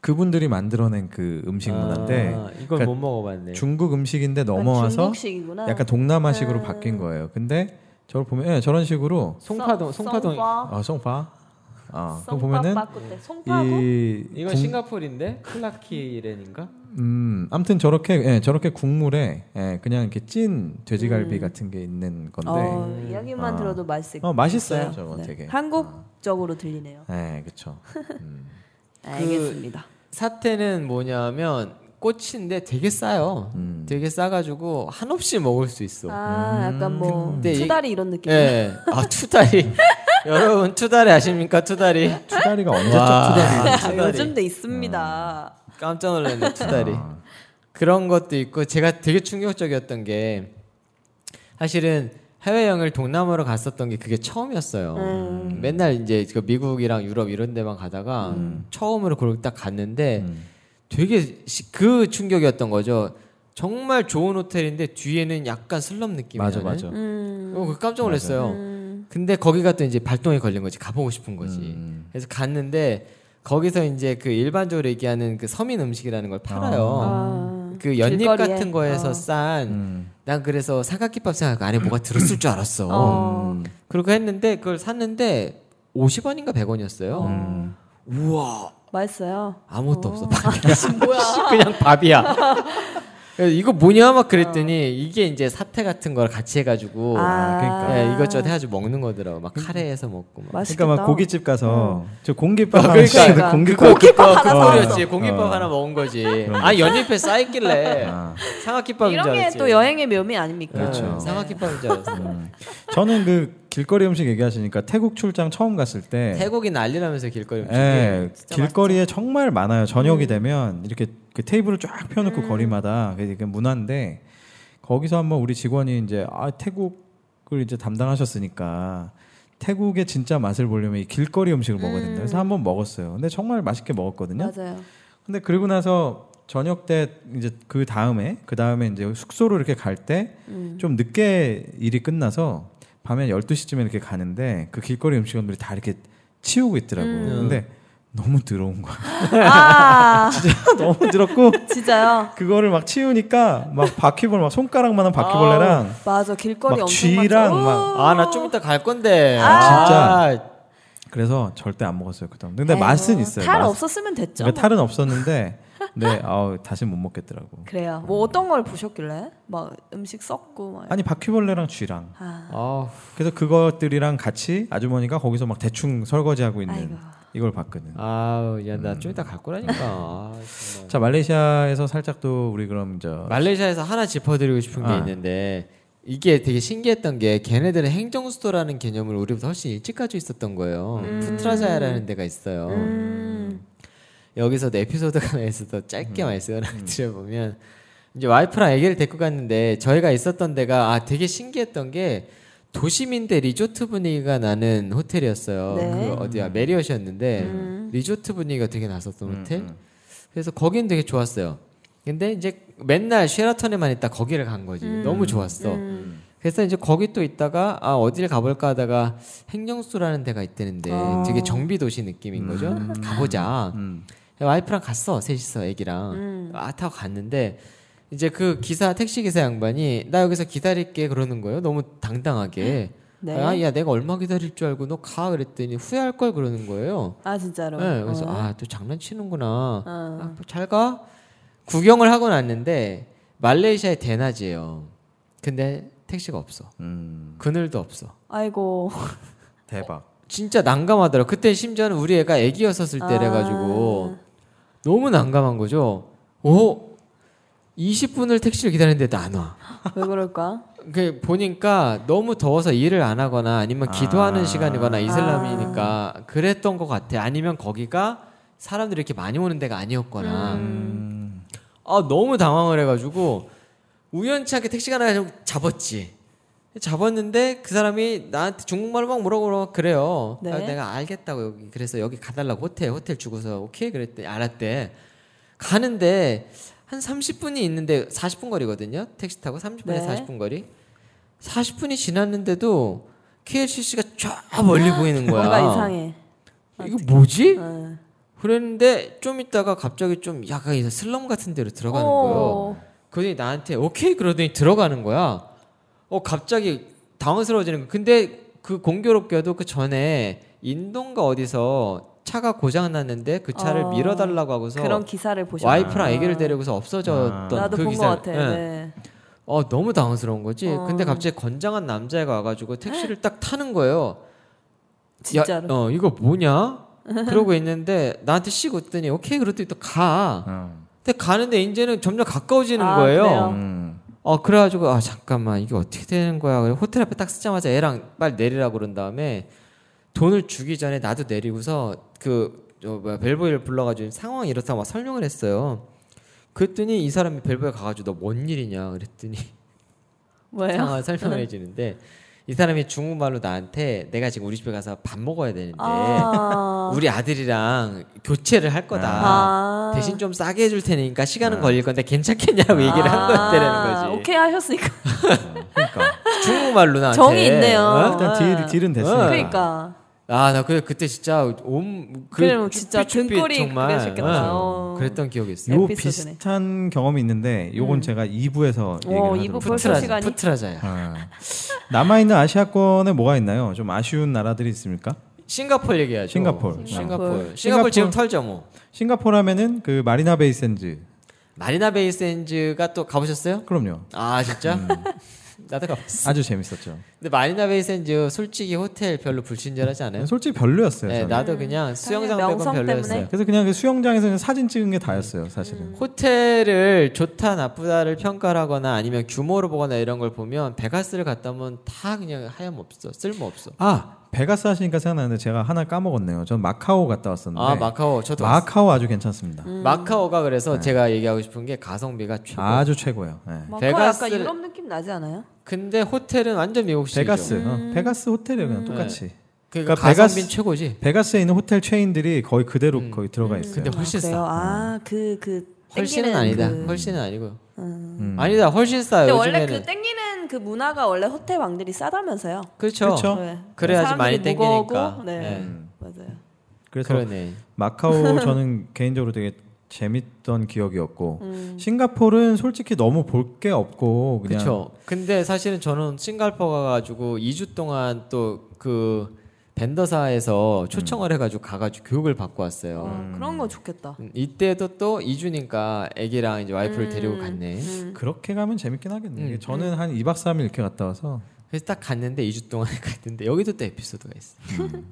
그분들이 만들어낸 그 음. 음식 문화인데 아, 이걸 그러니까 못 먹어봤네 중국 음식인데 넘어와서 그러니까 중국식이구나. 네. 약간 동남아식으로 바뀐 거예요. 근데 저를 보면 예, 저런 식으로 송파동 송파동 송파. 아 송파 아 그거 어? 송파 보면은 빠꾸떼. 송파하고 이 이건 국- 싱가포르인데 클라키렌인가 음, 아무튼 저렇게 예, 저렇게 국물에 예, 그냥 이렇게 찐 돼지갈비 같은 게 있는 건데 음. 어, 이야기만 아. 들어도 맛있을 어, 맛있어요, 것 같아요. 네. 저거 되게. 한국적으로 들리네요. 예, 그렇죠. 그 알겠습니다. 사태는 뭐냐면 꼬치인데 되게 싸요 음. 되게 싸가지고 한없이 먹을 수 있어 아, 약간 뭐 근데 이- 투다리 이런 느낌. 네, 예. 아 투다리 여러분 투다리 아십니까 투다리 투다리가 언제적 와. 투다리? 아, 아, 요즘도 있습니다. 깜짝 놀랐네 투다리 아, 그런 것도 있고 제가 되게 충격적이었던 게 사실은 해외여행을 동남아로 갔었던 게 그게 처음이었어요 음. 맨날 이제 그 미국이랑 유럽 이런 데만 가다가 처음으로 그걸 딱 갔는데 음. 되게 시- 그 충격이었던 거죠 정말 좋은 호텔인데 뒤에는 약간 슬럼 느낌이 맞아, 나는. 맞아. 음. 어, 그 깜짝 놀랐어요 음. 근데 거기가 또 이제 발동이 걸린 거지 가보고 싶은 거지 음. 그래서 갔는데 거기서 이제 그 일반적으로 얘기하는 그 서민 음식이라는 걸 팔아요. 어. 아. 그 연잎 길거리에. 같은 거에서 어. 싼. 음. 난 그래서 삼각김밥 생각하고 안에 뭐가 들었을 줄 알았어. 어. 음. 그리고 했는데 그걸 샀는데 50원인가 100원이었어요. 음. 우와 맛있어요. 아무것도 어. 없어. 밥이야. 그냥 밥이야. 그래서 이거 뭐냐 막 그랬더니 이게 이제 사태 같은 걸 같이 해가지고 아, 그러니까. 예, 이것저것 해가지고 먹는 거더라고. 막 카레에서 먹고 막. 그러니까 맛있겠다. 아, 막 고깃집 가서 저 공깃밥 어, 하나 그러니까. 시키는데 공깃밥 그 뭐, 하나 거 사와서. 였지 공깃밥 어. 하나 먹은 거지. 아 연잎에 쌓였길래 아. 삼각김밥인 줄 이런 게 알았지. 또 여행의 묘미 아닙니까? 그렇죠. 응, 삼각김밥인 줄 알았어. 저는 그 길거리 음식 얘기하시니까 태국 출장 처음 갔을 때 태국이 난리라면서 길거리 음식. 예, 진짜 길거리에 정말 많아요. 저녁이 되면 이렇게 그 테이블을 쫙 펴놓고 거리마다 그게 그 문화인데 거기서 한번 우리 직원이 이제 아 태국을 이제 담당하셨으니까 태국의 진짜 맛을 보려면 이 길거리 음식을 먹어야 된다. 그래서 한번 먹었어요. 근데 정말 맛있게 먹었거든요. 맞아요. 근데 그러고 나서 저녁 때 이제 그 다음에 그 다음에 이제 숙소로 이렇게 갈 때 좀 음. 늦게 일이 끝나서 밤에 12시쯤에 이렇게 가는데 그 길거리 음식점들이 다 이렇게 치우고 있더라고. 요 음. 근데 너무 더러운 거야. 아, 너무 더럽고 진짜요? 그거를 막 치우니까 막 바퀴벌 막 손가락만한 바퀴벌레랑 맞아. 길거리 막 엄청 쥐랑 많죠. 막 아 나 좀 이따 갈 건데. 아, 진짜. 아, 그래서 절대 안 먹었어요, 그다음. 근데 에이, 맛은 뭐, 있어요. 탈 맛. 없었으면 됐죠. 그러니까 탈은 없었는데 네, 아우 다시 못 먹겠더라고. 그래요. 뭐 어떤 걸 보셨길래? 막 음식 썩고 막. 아니 바퀴벌레랑 쥐랑 아, 아우, 그래서 그것들이랑 같이 아주머니가 거기서 막 대충 설거지하고 아이고. 있는 이걸 봤거든. 아우 야나 좀 이따 갈 거라니까. 아, 정말. 자 말레이시아에서 살짝 또 우리 그럼 저 말레이시아에서 하나 짚어드리고 싶은 게 아. 있는데 이게 되게 신기했던 게 걔네들은 행정수도라는 개념을 음. 우리보다 훨씬 일찍 가지고 있었던 거예요. 푸트라자야라는 데가 있어요. 여기서 내 에피소드가 나있어서 짧게 음. 말씀을 드려보면 이제 와이프랑 애기를 데리고 갔는데 저희가 있었던 데가 아 되게 신기했던 게 도심인데 리조트 분위기가 나는 호텔이었어요. 네. 그 어디야 메리엇이었는데 음. 리조트 분위기가 되게 났었던 음, 호텔. 음. 그래서 거긴 되게 좋았어요. 근데 이제 맨날 쉐라톤에만 있다 거기를 간 거지. 음. 너무 좋았어. 음. 그래서 이제 거기 또 있다가 아 어디를 가볼까 하다가 행정수라는 데가 있대는데 아. 되게 정비 도시 느낌인 거죠. 가보자. 음. 와이프랑 갔어 셋이서 애기랑 음. 아 타고 갔는데 이제 그 기사 택시 기사 양반이 나 여기서 기다릴게 그러는 거예요. 너무 당당하게. 네. 아, 야 내가 얼마 기다릴 줄 알고 너 가 그랬더니 후회할 걸 그러는 거예요. 아 진짜로. 네, 그래서 어. 아 또 장난치는구나. 어. 아, 잘 가. 구경을 하고 났는데 말레이시아의 대낮이에요. 근데 택시가 없어. 음. 그늘도 없어. 아이고. 대박. 진짜 난감하더라. 그때 심지어는 우리 애가 애기였었을 때래 가지고 아. 너무 난감한 거죠. 오 20분을 택시를 기다리는데도 안 와. 아, 왜 그럴까? 그 보니까 너무 더워서 일을 안 하거나 아니면 기도하는 아. 시간이거나 이슬람이니까 아. 그랬던 것 같아. 아니면 거기가 사람들이 이렇게 많이 오는 데가 아니었거나. 음. 아 너무 당황을 해가지고 우연치 않게 택시가 나가지고 잡았지. 잡았는데 그 사람이 나한테 중국말로 막 뭐라고 그래요. 네. 아, 내가 알겠다고 여기 그래서 여기 가달라고 호텔 호텔 주고서 오케이 그랬대 알았대. 가는데 한 30분이 있는데 40분 거리거든요. 택시 타고 30분에 네. 40분 거리. 40분이 지났는데도 KLCC가 쫙 멀리 보이는 거야. 뭔가 이상해. 이거 뭐지? 응. 그랬는데 좀 있다가 갑자기 좀 약간 이제 슬럼 같은 데로 들어가는 거예요. 오. 그러더니 나한테 오케이 그러더니 들어가는 거야. 어 갑자기 당황스러워지는 거. 근데 그 공교롭게도 그 전에 인도인가 어디서 차가 고장 났는데 그 차를 어, 밀어달라고 하고서 그런 기사를 보셨나? 와이프랑 애기를 데리고서 없어졌던 아. 나도 그 본 것 기사. 같아. 네. 어 너무 당황스러운 거지. 어. 근데 갑자기 건장한 남자애가 와가지고 택시를 딱 타는 거예요. 야, 진짜로. 어 이거 뭐냐? 그러고 있는데 나한테 씩 웃더니 오케이 그랬더니 또 가 음. 근데 가는데 이제는 점점 가까워지는 아, 거예요 그래요? 음. 어 그래가지고 아 잠깐만 이게 어떻게 되는 거야 그래 호텔 앞에 딱 쓰자마자 애랑 빨리 내리라고 그런 다음에 돈을 주기 전에 나도 내리고서 그 어, 뭐야 벨보이를 불러가지고 상황이 이렇다고 막 설명을 했어요 그랬더니 이 사람이 벨보이 가가지고 너 뭔 일이냐 그랬더니 뭐예요? 네. 상황을 설명을 해주는데 이 사람이 중국말로 나한테 내가 지금 우리 집에 가서 밥 먹어야 되는데 아. 우리 아들이랑 교체를 할 거다 아. 대신 좀 싸게 해줄 테니까 아. 시간은 걸릴 건데 괜찮겠냐고 얘기를 한 거였다는 거지 아, 네. 오케이 하셨으니까 그러니까 중국말로 나한테 정이 있네요. 어? 일단 딜, 딜은 됐으니까. 어. 그러니까 아, 나 그, 그때 진짜 온, 그, 그럼 진짜 쭈삣쭈삣 등골이 정말, 그려졌겠다. 어, 어. 그랬던 기억이 있어요. 요 에피소드네. 음. 비슷한 경험이 있는데 요건 제가 2부에서 얘기를 오, 하도록 이부 하겠습니다. 벌써 푸트라자, 시간이? 푸트라자야. 아. 남아 있는 아시아권에 뭐가 있나요? 좀 아쉬운 나라들이 있습니까? 싱가폴 얘기하죠. 싱가폴. 싱가폴. 싱가폴. 싱가폴 지금 싱가폴. 털죠 뭐. 싱가포르하면은 그 마리나 베이 샌즈. 마리나 베이 샌즈가 또 가보셨어요? 그럼요. 아 진짜? 음. 나도 가봤어. 아주 재밌었죠. 근데 마리나 베이 샌즈 솔직히 호텔 별로 불친절하지 않아요? 솔직히 별로였어요. 네, 저는. 나도 그냥 수영장 빼고 음. 명성 별로였어요. 때문에? 그래서 그냥 그 수영장에서 그냥 사진 찍은 게 다였어요, 사실은. 호텔을 좋다 나쁘다를 평가를 하거나 아니면 규모로 보거나 이런 걸 보면 베가스를 갔다 오면 다 그냥 하염없어 쓸모없어 아 베가스 하시니까 생각나는데 제가 하나 까먹었네요. 전 마카오 갔다 왔었는데 아 마카오 저도 갔어요. 마카오 아주 괜찮습니다. 마카오가 그래서 제가 얘기하고 싶은 게 가성비가 최고 아주 최고예요. 네. 마카오 베가스를- 약간 유럽 느낌 나지 않아요? 근데 호텔은 완전 미국식이죠 베가스, 음. 어, 베가스 호텔이랑 음, 그냥 똑같이. 그러니까 그러니까, 가성비 베가스- 는 최고지 베가스에 있는 호텔 체인들이 거의 그대로 거의 들어가 있어요. 음, 근데 훨씬 아, 그래요? 싸 아, 그, 그, 훨씬은 땡기는 아니다 그... 훨씬은 아니고 음. 아니다 훨씬 싸요 근데 요즘에는 원래 그 땡기는 그 문화가 원래 호텔 방들이 싸다면서요? 그렇죠 그렇죠. 네. 그래야지 사람들이 많이 땡기니까 무거우고, 네. 네. 맞아요. 음. 그래서 그러네 마카오 저는 개인적으로 되게 재밌던 기억이었고 음. 싱가포르는 솔직히 너무 볼 게 없고 그냥 그렇죠. 근데 사실은 저는 싱가포르 가가지고 2주 동안 또 그 음. 벤더사에서 초청을 해가지고 가가지고 교육을 받고 왔어요. 어, 그런 거 좋겠다. 음, 이때도 또 2주니까 애기랑 이제 와이프를 데리고 갔네. 그렇게 가면 재밌긴 하겠네요. 음. 저는 한 2박 3일 이렇게 갔다 와서 그래서 딱 갔는데 2주 동안 갔는데 여기도 또 에피소드가 있어.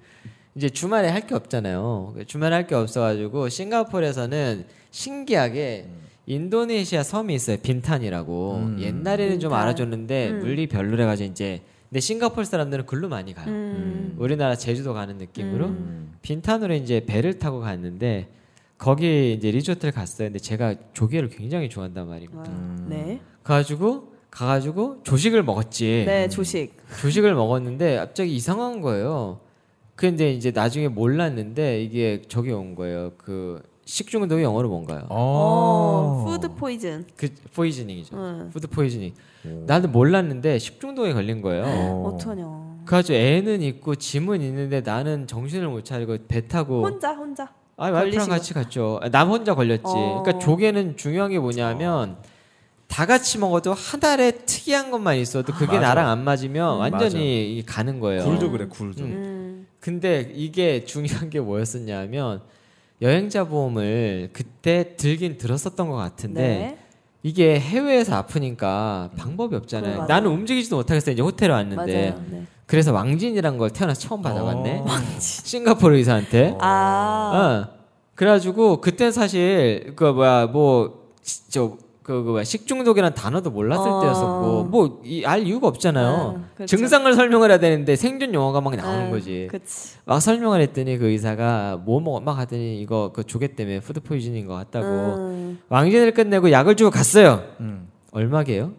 이제 주말에 할 게 없잖아요. 주말에 할 게 없어가지고 싱가포르에서는 신기하게 인도네시아 섬이 있어요. 빈탄이라고. 음. 옛날에는 좀 빈탄. 알아줬는데 음. 물리 별로래가지고 이제 근데 싱가포르 사람들은 글로 많이 가요. 음. 우리나라 제주도 가는 느낌으로 음. 빈탄으로 이제 배를 타고 갔는데 거기 이제 리조트를 갔었는데 제가 조개를 굉장히 좋아한단 말입니다. 와, 네. 가가지고 가가지고 조식을 먹었지. 네, 조식. 조식을 먹었는데 갑자기 이상한 거예요. 근데 이제 나중에 몰랐는데 이게 저기 온 거예요. 그 식중독이 영어로 뭔가요? 어, 푸드 포이즌. 그 포이즈닝이죠. 응. 푸드 포이즈닝. 나도 몰랐는데 식중독에 걸린 음. 거예요. 어떠냐. 그래가지고 애는 있고 짐은 있는데 나는 정신을 못 차리고 배 타고 혼자 혼자. 아 와이프랑 걸리신 같이 갔죠. 아, 남 혼자 걸렸지. 어. 그러니까 조개는 중요한 게 뭐냐면 어. 다 같이 먹어도 한 달에 특이한 것만 있어도 그게 맞아. 나랑 안 맞으면 음, 맞아. 완전히 이게 가는 거예요. 굴도 그래 굴도. 음. 음. 근데 이게 중요한 게 뭐였었냐면 여행자 보험을 그때 들긴 들었었던 것 같은데 네. 이게 해외에서 아프니까 방법이 그건 없잖아요. 맞아요. 나는 움직이지도 못하겠어 이제 호텔에 왔는데 맞아요. 네. 그래서 왕진이란 걸 태어나서 처음 받아봤네. 어. 싱가포르 의사한테. 아. 어. 그래가지고 그때 사실 그 뭐야 뭐저그 그 뭐야 식중독이란 단어도 몰랐을 어. 때였었고 뭐 이 알 이유가 없잖아요. 응, 그렇죠. 네. 증상을 설명을 해야 되는데 생존 용어가 막 음, 나오는 응, 거지. 음, 그치. 막 설명을 했더니 그 의사가 뭐 먹어 막 하더니 이거 그 조개 때문에 푸드 포이즌인 것 같다고 음. 왕진을 끝내고 약을 주고 갔어요. 음. 얼마게요?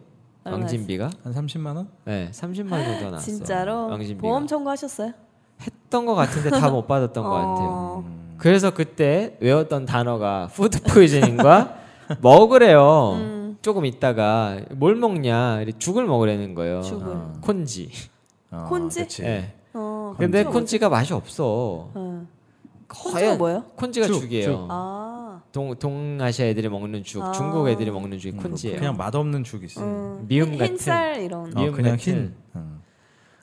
얼마 왕진비가? 한 30만 원? 네, 30만 원 정도 나왔어. 아, 진짜로 왕진비가 보험 청구하셨어요? 했던 것 같은데 다 못 받았던 것 같아요. 어. 그래서 그때 외웠던 단어가 푸드 포이즌인과 먹으래요. 음. 조금 있다가 뭘 먹냐? 이래 죽을 먹으라는 거예요. 죽을. 어. 콘지. 아, 콘지? 그치. 예. 어, 근데 그 콘 콘지가 맛이 없어. 응. 콘지가 거의 뭐예요? 콘지가 죽, 죽, 이에요 아. 동 동아시아 애들이 먹는 죽, 아. 중국 애들이 먹는 죽이 콘지예요. 음, 그냥 맛없는 죽이 있어. 음. 미음 흰- 같은. 흰쌀 이런. 어, 미음 그냥 같은. 흰. 음.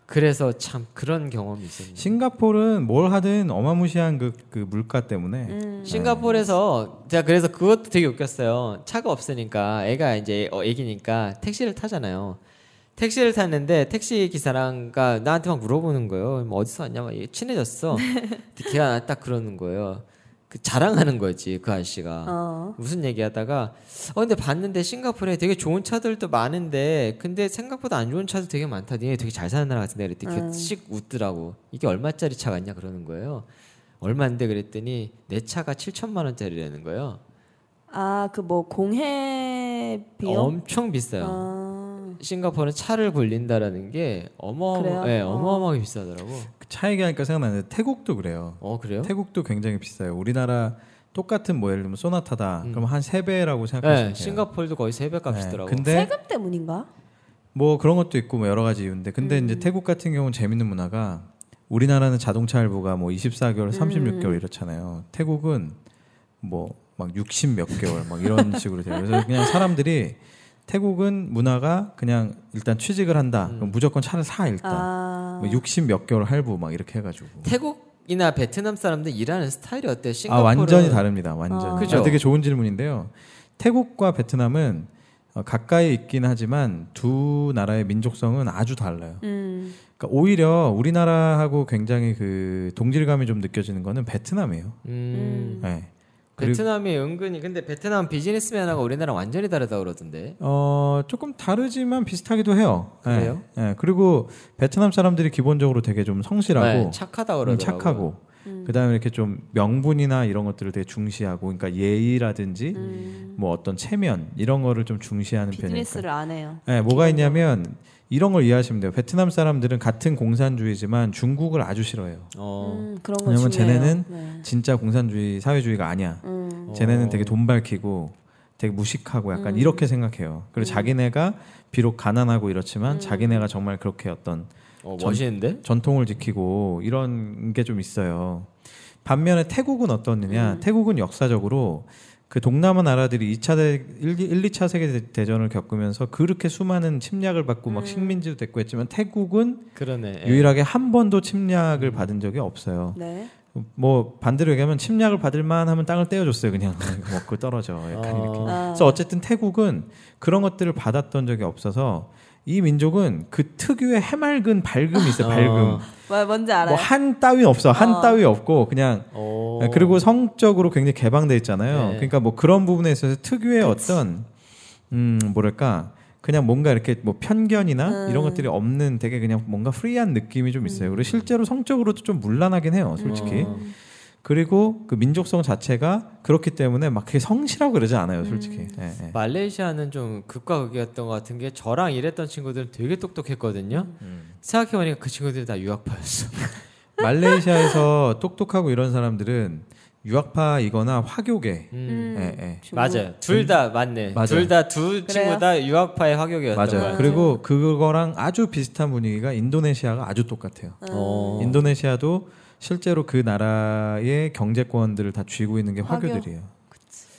그래서 참 그런 경험이 있었네요. 싱가포르는 뭘 하든 어마무시한 그, 그 물가 네. 때문에 음. 싱가포르에서 제가 그래서 그것도 되게 웃겼어요. 차가 없으니까 애가 이제 어, 애기니까 택시를 타잖아요. 택시를 탔는데 택시 기사랑가 나한테 막 물어보는 거예요. 뭐 어디서 왔냐 막 친해졌어. 근데 걔가 나한테 딱 그러는 거예요. 그 자랑하는 거지 그 아저씨가. 어. 무슨 얘기하다가 어 근데 봤는데 싱가포르에 되게 좋은 차들도 많은데 근데 생각보다 안 좋은 차도 되게 많다. 니네 되게 잘 사는 나라 같은데 그랬더니 걔가 음. 씩 웃더라고. 이게 얼마짜리 차 같냐 그러는 거예요. 얼마인데 그랬더니 내 차가 7천만 원짜리라는 거예요. 아, 그 뭐 공해 비용? 엄청 비싸요. 아. 싱가포르는 차를 굴린다라는 게 어마어마, 그래요? 예, 어. 어마어마하게 비싸더라고. 그 차 얘기하니까 생각나는데 태국도 그래요. 어 그래요? 태국도 굉장히 비싸요. 우리나라 똑같은 뭐 예를 들면 소나타다. 음. 그럼 한 세배라고 생각하시면 돼요. 예, 싱가포르도 거의 세배 값이더라고. 네, 근데 세금 때문인가? 뭐 그런 것도 있고 뭐 여러 가지 이유인데 근데 이제 음. 태국 같은 경우는 재밌는 문화가 우리나라는 자동차 할부가 뭐 24개월, 36개월 음. 이렇잖아요. 태국은 뭐 막 60 몇 개월 막 이런 식으로 돼요. 그래서 그냥 사람들이 태국은 문화가 그냥 일단 취직을 한다. 음. 그럼 무조건 차를 사 일단. 아. 60 몇 개월 할부 막 이렇게 해 가지고. 태국이나 베트남 사람들 일하는 스타일이 어때요? 아 싱가포르 완전히 다릅니다. 완전. 아. 히 그죠? 되게 좋은 질문인데요. 태국과 베트남은 어, 가까이 있긴 하지만 두 나라의 민족성은 아주 달라요. 음. 그러니까 오히려 우리나라하고 굉장히 그 동질감이 좀 느껴지는 거는 베트남이에요. 음. 네. 그리고 베트남이 은근히 근데 베트남 비즈니스 문화가 우리나라 랑 완전히 다르다 그러던데. 어 조금 다르지만 비슷하기도 해요. 네. 그래요? 네. 그리고 베트남 사람들이 기본적으로 되게 좀 성실하고 네, 착하다 좀 그러더라고. 착하고 그다음에 이렇게 좀 명분이나 이런 것들을 되게 중시하고 그러니까 예의라든지 뭐 어떤 체면 이런 거를 좀 중시하는 편이니까. 음. 비즈니스를 안 해요. 네, 뭐가 있냐면 이런 걸 이해하시면 돼요. 베트남 사람들은 같은 공산주의지만 중국을 아주 싫어해요. 어. 음, 그런 거 왜냐면 중요해요. 쟤네는 네. 진짜 공산주의 사회주의가 아니야. 음. 쟤네는 어. 되게 돈 밝히고 되게 무식하고 약간 이렇게 생각해요. 그리고 자기네가 비록 가난하고 이렇지만 자기네가 정말 그렇게 어떤 어, 전- 멋있는데? 전통을 지키고 이런 게 좀 있어요. 반면에 태국은 어떻느냐? 태국은 역사적으로 그 동남아 나라들이 2차 대 1, 2차 세계 대- 대전을 겪으면서 그렇게 수많은 침략을 받고 막 식민지도 됐고 했지만 태국은 그러네. 예. 유일하게 한 번도 침략을 받은 적이 없어요. 네. 뭐 반대로 얘기하면 침략을 받을 만하면 땅을 떼어줬어요 그냥 이거 먹고 떨어져 약간 어. 이렇게 아. 그래서 어쨌든 태국은 그런 것들을 받았던 적이 없어서 이 민족은 그 특유의 해맑은 밝음이 있어요 밝음 어. 뭐, 뭔지 뭐 알아요? 한 따위 없어 한 어. 따위 없고 그냥 어. 네, 그리고 성적으로 굉장히 개방돼 있잖아요 네. 그러니까 뭐 그런 부분에 있어서 특유의 어떤 음 뭐랄까 그냥 뭔가 이렇게 뭐 음. 편견이나 이런 것들이 없는 되게 그냥 뭔가 프리한 느낌이 좀 있어요 그리고 실제로 성적으로도 좀 문란하긴 해요 솔직히 어. 그리고 그 민족성 자체가 그렇기 때문에 막 그게 성실하고 그러지 않아요, 솔직히. 음. 예, 예. 말레이시아는 좀 극과 극이었던 것 같은 게 저랑 일했던 친구들은 되게 똑똑했거든요. 음. 생각해보니까 그 친구들이 다 유학파였어. 음. 말레이시아에서 똑똑하고 이런 사람들은 유학파이거나 화교계. 음. 예, 예. 중국. 맞아요. 둘 다 맞네. 맞아요. 둘 다 두 그래요? 음. 친구 다 유학파의 화격이었던 것 맞아요. 같아요. 그리고 그거랑 아주 비슷한 분위기가 인도네시아가 아주 똑같아요. 음. 어. 인도네시아도 실제로 그 나라의 경제권들을 다 쥐고 있는 게 화교. 화교들이에요.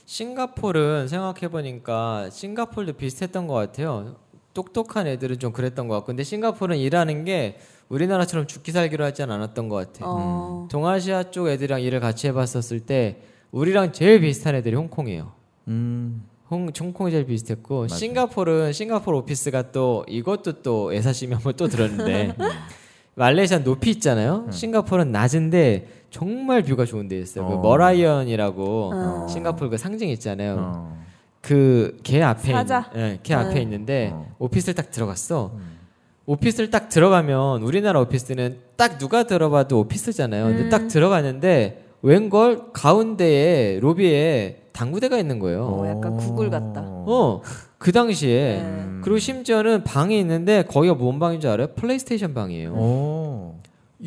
싱가폴은 생각해보니까 싱가폴도 비슷했던 것 같아요. 똑똑한 애들은 좀 그랬던 것 같고 근데 싱가폴은 일하는 게 우리나라처럼 죽기 살기로 하진 않았던 것 같아요. 어. 동아시아 쪽 애들이랑 일을 같이 해봤었을 때 우리랑 제일 비슷한 애들이 홍콩이에요. 음, 홍, 홍콩이 제일 비슷했고 맞아요. 싱가포르는 싱가포르 오피스가 또 이것도 또 애사심이 한번 또 들었는데 음. 말레이시아 높이 있잖아요. 싱가포르는 낮은데 정말 뷰가 좋은 데 있어요. 그 어. 머라이언이라고 어. 싱가포르 그 상징 있잖아요. 어. 그 걔 앞에 사자. 네. 있는, 예, 걔 앞에 있는데 어. 오피스를 딱 들어갔어. 오피스를 딱 들어가면 우리나라 오피스는 딱 누가 들어봐도 오피스잖아요. 근데 음. 딱 들어갔는데 웬걸 가운데에 로비에 당구대가 있는 거예요. 어, 약간 구글 같다. 어, 그 당시에. 네. 음. 그리고 심지어는 방이 있는데 거기가 뭔 방인 줄 알아요? 플레이스테이션 방이에요. 오.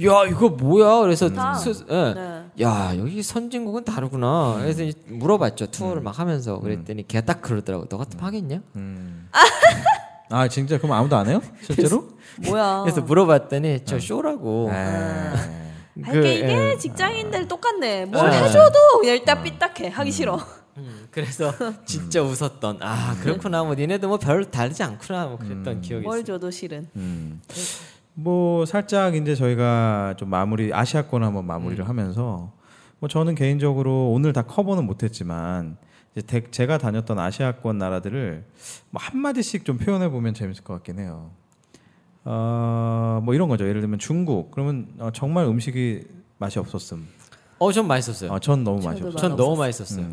야, 이거 뭐야? 그래서 좋다. 스- 예. 네. 야, 여기 선진국은 다르구나. 그래서 이제 물어봤죠. 투어를 막 하면서 그랬더니 걔가 딱 그러더라고. 너 같으면 하겠냐? 음. 아 진짜 그럼 아무도 안 해요? 실제로? 뭐야. 그래서 물어봤더니 저 쇼라고. 에이. 아, 그, 이게, 이게 예. 직장인들 똑같네. 뭘 네. 해줘도 그냥 일단 삐딱해. 하기 싫어. 음, 그래서 진짜 웃었던. 아, 그렇구나. 뭐 니네도 뭐 별로 다르지 않구나. 뭐 그랬던 기억이 뭘 있어요. 줘도 싫은. 음. 뭐 살짝 이제 저희가 좀 마무리 아시아권 한번 마무리를 하면서 뭐 저는 개인적으로 오늘 다 커버는 못했지만 이제 대- 제가 다녔던 아시아권 나라들을 뭐한 마디씩 좀 표현해 보면 재밌을 것 같긴 해요. 어뭐 이런 거죠. 예를 들면 중국 그러면 어, 정말 음식이 맛이 없었음. 어, 전 맛있었어요. 어, 전 너무 저도 맛이 없었어요. 전 너무 맛있었어요.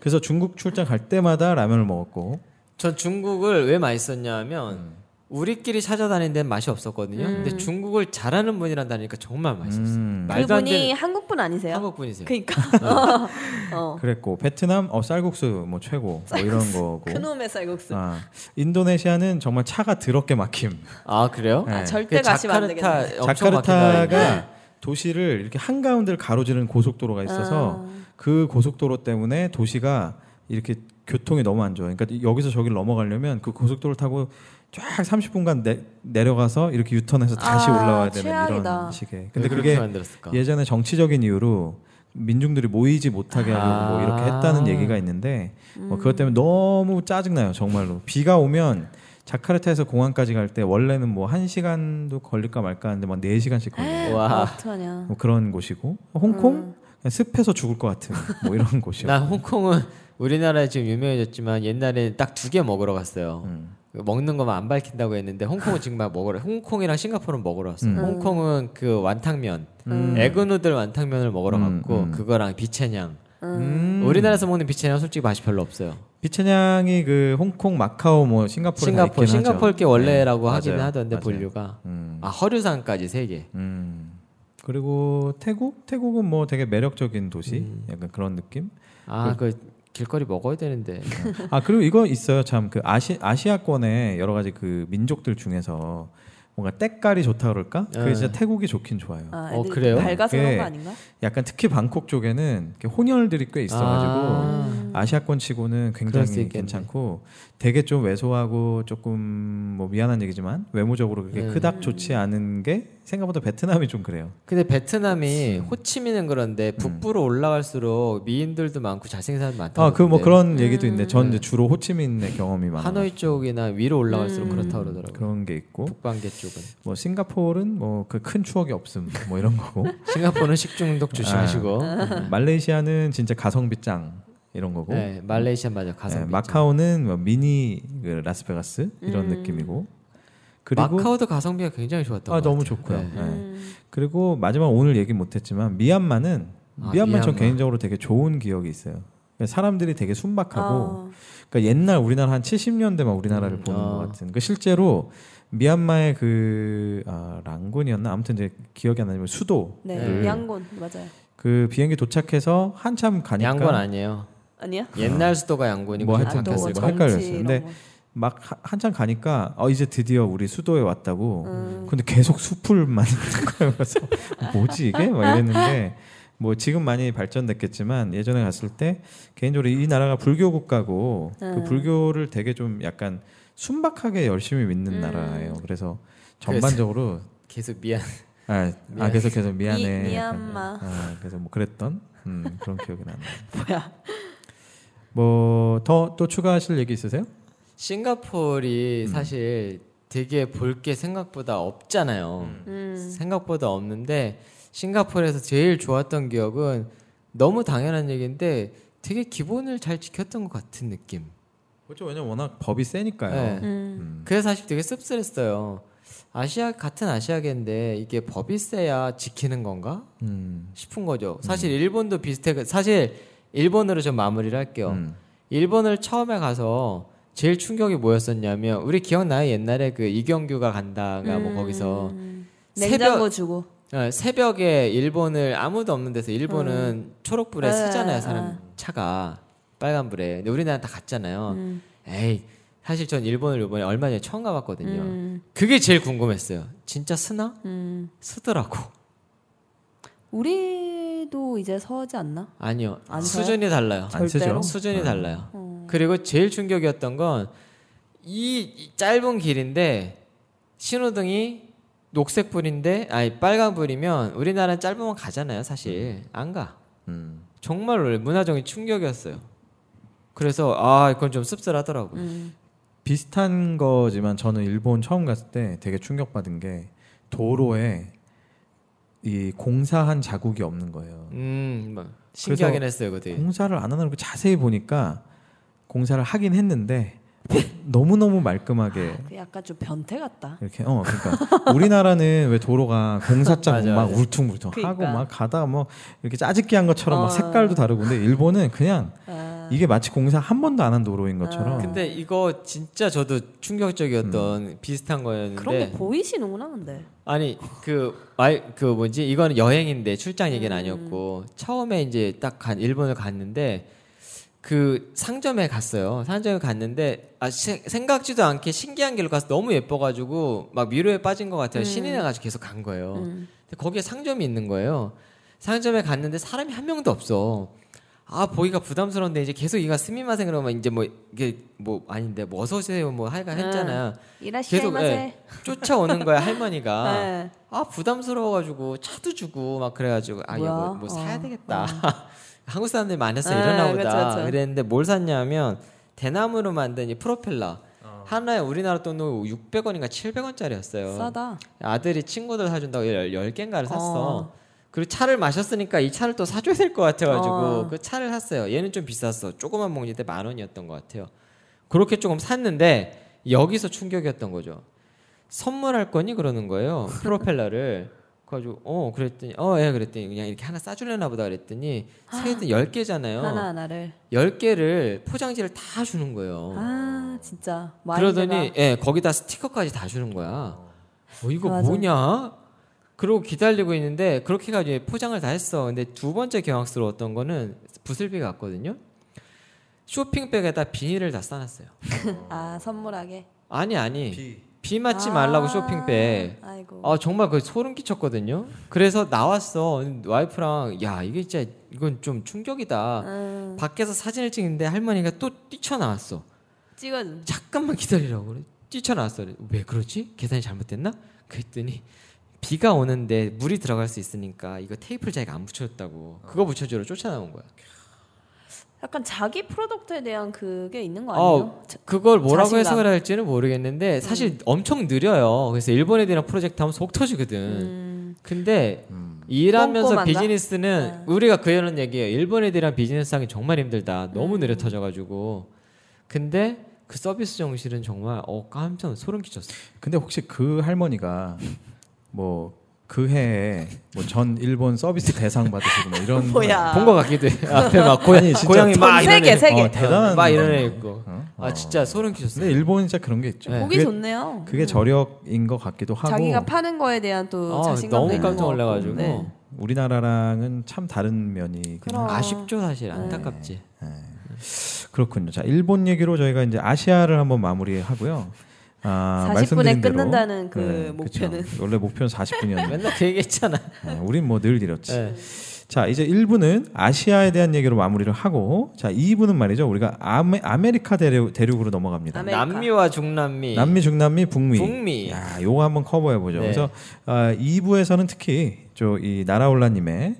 그래서 중국 출장 갈 때마다 라면을 먹었고 전 중국을 왜 맛있었냐면 우리끼리 찾아다니는 데는 맛이 없었거든요. 음. 근데 중국을 잘하는 분이랑 다니니까 정말 맛있었어요. 음, 말도 안 그분이 되는 네. 한국분 아니세요? 한국 분이세요. 음. 그니까. 어. 그랬고 베트남 어 쌀국수 뭐 최고 뭐 이런 거고 그놈의 쌀국수. 아, 인도네시아는 정말 차가 더럽게 막힘. 아 그래요? 네. 아, 절대 그 가시면 안 자카르타 되겠네. 엄청 막힌다. 자카르타가 도시를 이렇게 한가운데를 가로지르는 고속도로가 있어서 그 고속도로 때문에 도시가 이렇게 교통이 너무 안 좋아. 그러니까 여기서 저기를 넘어가려면 그 고속도로를 타고 쫙 30분간 내, 내려가서 이렇게 유턴해서 다시 아, 올라와야 되는 이런 최악이다. 식의. 근데 근데 네, 그렇게 그게 만들었을까? 예전에 정치적인 이유로 민중들이 모이지 못하게 하려고 뭐 이렇게 했다는 아. 음. 얘기가 있는데 뭐 그것 때문에 너무 짜증나요 정말로 비가 오면 자카르타에서 공항까지 갈 때 원래는 뭐 한시간도 걸릴까 말까 하는데 막 네시간씩 걸려요 아, 와, 어떡하냐. 뭐 그런 곳이고 홍콩 음. 그냥 습해서 죽을 것 같은 뭐 이런 곳이요 나 홍콩은 우리나라에 지금 유명해졌지만 옛날에 딱 두 개 먹으러 갔어요. 음. 그 먹는 것만 안 밝힌다고 했는데 홍콩은 지금 막 먹으러 홍콩이랑 싱가포르는 먹으러 왔어. 요 음. 홍콩은 그 완탕면, 음. 에그누들 완탕면을 먹으러 음, 갔고 음. 그거랑 비채냥. 음. 우리나라에서 먹는 비채냥 솔직히 맛이 별로 없어요. 비천양이 그 홍콩 마카오 뭐 싱가포르 다 싱가포르 있긴 하죠. 싱가포르 게 원래라고 네, 하기는 맞아요. 하던데 맞아요. 본류가 음. 아 허류산까지 세 개. 음. 그리고 태국 태국은 뭐 되게 매력적인 도시 음. 약간 그런 느낌 아 그 길거리 먹어야 되는데 아 그리고 이거 있어요 참 그 아시 아시아권의 여러 가지 그 민족들 중에서 뭔가 때깔이 좋다 그럴까? 그게 예. 진짜 태국이 좋긴 좋아요. 아, 어, 애들이 그래요? 밝아서 그런 예. 거 아닌가? 약간 특히 방콕 쪽에는 이렇게 혼혈들이 꽤그 있어가지고 아, 아. 시아권 치고는 그럴 수 굉장히 있겠네. 괜찮고 되게 좀 왜소하고 조금 뭐 미안한 얘기지만 외모적으로 그렇게 음. 그닥 좋지 않은 게 생각보다 베트남이 좀 그래요. 근데 베트남이 호치민은 그런데 북부로 올라갈수록 미인들도 많고 잘생긴 사람 음. 많다. 아 그 뭐 그런 얘기도 있는데 전 이제 주로 호치민의 경험이 많아요. 네. 음. 음. 하노이 쪽이나 위로 올라갈수록 그렇다 고 그러더라고요. 그런 게 있고 북방계 쪽은 뭐 싱가포르는 뭐 그 큰 추억이 없음 뭐 이런 거고 싱가포르는 식중독 아, 조심하시고 말레이시아는 진짜 가성비 짱 이런 거고 네, 말레이시아 맞아 가성비 예, 마카오는 뭐 미니 그 라스베가스 이런 느낌이고 그리고 음. 마카오도 가성비가 굉장히 좋았던 아 것 너무 같아요. 좋고요. 네. 예. 음. 그리고 마지막 오늘 얘기 못했지만 미얀마는 아, 미얀마 저 미얀마. 개인적으로 되게 좋은 기억이 있어요. 그러니까 사람들이 되게 순박하고 아, 그러니까 옛날 우리나라 한 70년대만 우리나라를 보는 아. 것 같은. 그 실제로 미얀마의 그 아, 랑군이었나 아무튼 이제 기억이 안 나지만 수도 네, 네. 양곤 맞아요. 그 비행기 도착해서 한참 가니까 양권 아니에요. 아니야? 아, 옛날 수도가 양권이고 뭐 지금 하여튼 또 그랬어요. 바뀌었을 뭐 거예요. 정치 헷갈렸어요. 이런 근데 거. 막 하- 한참 가니까 어 이제 드디어 우리 수도에 음. 왔다고. 근데 계속 숲을만 있는 거예요. 그래서 뭐지 이게? 막 이랬는데 뭐 지금 많이 발전됐겠지만 예전에 갔을 때 개인적으로 이 나라가 불교 국가고 음. 그 불교를 되게 좀 약간 순박하게 열심히 음. 믿는 나라예요. 그래서 전반적으로 계속 미안. 아, 아 계속 계속 미안해. 미- 약간. 미얀마. 아, 그래서 뭐 그랬던 음, 그런 기억이 나네요. 뭐야? 뭐더 또 추가하실 얘기 있으세요? 음. 싱가폴이 사실 되게 볼 게 생각보다 없잖아요. 음. 음, 생각보다 없는데 싱가포르에서 제일 좋았던 기억은 너무 당연한 얘기인데 되게 기본을 잘 지켰던 것 같은 느낌. 그렇죠. 왜냐면 워낙 법이 세니까요. 네. 음. 그래서 사실 되게 씁쓸했어요. 아시아 같은 아시아계인데 이게 법이 세야 지키는 건가 음. 싶은 거죠. 사실 일본도 비슷해. 사실 일본으로 좀 마무리를 할게요. 음. 일본을 처음에 가서 제일 충격이 뭐였었냐면 우리 기억나요 옛날에 그 이경규가 간다가 뭐 거기서 음. 냉장고 주고. 어, 새벽에 일본을 아무도 없는 데서 일본은 초록불에 네, 쓰잖아요 사람 네. 차가 빨간불에 근데 우리나라 다 갔잖아요 음. 에이 사실 전 일본을 이번에 얼마 전에 처음 가봤거든요 음. 그게 제일 궁금했어요 진짜 쓰나 음. 쓰더라고 우리도 이제 서지 않나? 아니요 안 써요? 음. 어. 수준이 달라요 그렇죠? 안 쓰죠. 절대로? 수준이 아. 달라요. 그리고 제일 충격이었던 건 이 짧은 길인데 신호등이 녹색불인데 아니 빨간불이면 우리나라는 짧으면 가잖아요, 사실. 안 가. 음. 정말 놀라요. 문화적인 충격이었어요. 그래서 아, 이건 좀 씁쓸하더라고요. 음. 비슷한 거지만 저는 일본 처음 갔을 때 되게 충격받은 게 도로에 이 공사한 자국이 없는 거예요. 음. 뭐 신기하긴 했어요, 그때. 공사를 안 하는 걸 자세히 보니까 공사를 하긴 했는데 너무 너무 네. 말끔하게 그 약간 좀 변태 같다. 이렇게 어 그러니까 우리나라는 왜 도로가 공사장 맞아, 막 맞아. 울퉁불퉁 그러니까. 하고 막 가다가 뭐 이렇게 짜집기 한 것처럼 어. 막 색깔도 다르고 근데 일본은 그냥 아. 이게 마치 공사 한 번도 안 한 도로인 것처럼 아. 근데 이거 진짜 저도 충격적이었던 비슷한 거였는데 그런 게 보이시는구나 근데. 아니 그말그 뭐지 이거는 여행인데 출장 얘기는 아니었고 처음에 이제 딱 간 일본을 갔는데 그 상점에 갔어요 상점에 갔는데 아 시- 생각지도 않게 신기한 길로 가서 너무 예뻐가지고 막 미로에 빠진 것 같아요 신이 나가지고 계속 간 거예요 음. 근데 거기에 상점이 있는 거예요 상점에 갔는데 사람이 한 명도 없어 아 보기가 부담스러운데 이제 계속 이가 스미마생 그러면 이제 뭐 이게 뭐 아닌데 뭐 어서 오세요 뭐 하여간 네. 했잖아요 이라시마세. 네. 쫓아오는 거야 할머니가 네. 아 부담스러워가지고 차도 주고 막 그래가지고 뭐야? 아얘뭐 뭐 사야 어. 되겠다 한국 사람들이 많아서 네, 이러나 그쵸, 보다 그쵸. 그랬는데뭘 샀냐면 대나무로 만든 이 프로펠러 하나에 우리나라 돈으로 600원인가 700원짜리였어요 싸다. 아들이 친구들 사준다고 10개인가를 샀어 어. 그리고 차를 마셨으니까 이 차를 또 사줘야 될 것 같아가지고 어. 그 차를 샀어요 얘는 좀 비쌌어 조그만 봉지인데 만 원이었던 것 같아요 그렇게 조금 샀는데 여기서 충격이었던 거죠 선물할 거니 그러는 거예요 프로펠러를 그래가지고 어 그랬더니 어 예 그랬더니 그냥 이렇게 하나 싸주려나 보다 그랬더니 세개든 열 아. 하나 개잖아요 하나를. 열 개를 포장지를 다 주는 거예요 아 진짜. 마인드가. 어. 그러더니 예 거기다 스티커까지 다 주는 거야 어 이거 맞아. 뭐냐 그러고 기다리고 있는데 그렇게 해가지고 포장을 다 했어 근데 두 번째 경악스러웠던 거는 부슬비가 왔거든요 쇼핑백에다 비닐을 다 싸놨어요 아 선물하게. 아니 아니 비. 비 맞지 말라고 쇼핑백 아이고. 아 정말 그 소름 끼쳤거든요. 그래서 나왔어 와이프랑 야 이게 진짜 이건 좀 충격이다. 음. 밖에서 사진을 찍는데 할머니가 또 뛰쳐나왔어. 찍어준. 잠깐만 기다리라고 그래. 뛰쳐나왔어. 그래. 왜 그러지? 계산이 잘못됐나? 그랬더니 비가 오는데 물이 들어갈 수 있으니까 이거 테이프를 자기가 안 어. 붙여줬다고. 그거 붙여주러 쫓아나온 거야. 약간 자기 프로덕트에 대한 그게 있는 거 어, 아니에요? 자- 그걸 뭐라고 자신감. 음. 해석을 할지는 모르겠는데 사실 엄청 느려요. 그래서 일본 애들이랑 프로젝트 하면 속 터지거든. 근데 일하면서 음. 꼼꼼한가? 네. 비즈니스는 우리가 그 이런 얘기예요. 일본 애들이랑 비즈니스 하기 정말 힘들다. 너무 음. 느려 터져가지고. 근데 그 서비스 정신은 정말 어 깜짝 소름 끼쳤어. 근데 혹시 그 할머니가 뭐 그 해에 뭐 전 일본 서비스 대상 받으시고 뭐 이런 뭐야. 본 것 같기도 해. 앞에 막 고양이 진짜 고양이 막 세 이런 애 개, 세 어, 개. 대단한 막 이런 거네. 애 있고. 어? 아 진짜 소름 끼쳤어. 근데 일본 은 진짜 그런 게 있죠. 네. 보기 그게, 좋네요. 그게 저력인 것 같기도 하고 자기가 파는 거에 대한 또 아, 자신감도 너무 있는 네. 깜짝 거 놀라가지고. 우리나라랑은 참 다른 면이 그럼. 네. 아쉽죠 네. 사실 안타깝지. 그렇군요. 자, 일본 얘기로 저희가 이제 아시아를 한번 마무리하고요. 아, 40 분에 말씀드린 대로, 네, 끝난다는 그 그쵸. 목표는. 원래 목표는 40분이었는데 맨날 그 얘기했잖아. 우린 뭐 늘 이렇지. 예. 자, 이제 1부는 아시아에 대한 얘기로 마무리를 하고 자, 2부는 말이죠. 우리가 아메, 아메리카 대륙, 대륙으로 넘어갑니다. 아메리카. 남미와 중남미, 남미, 중남미, 북미. 북미. 야, 요거 한번 커버해 보죠. 네. 그래서 아, 2부에서는 특히 저 이 나라올라 님의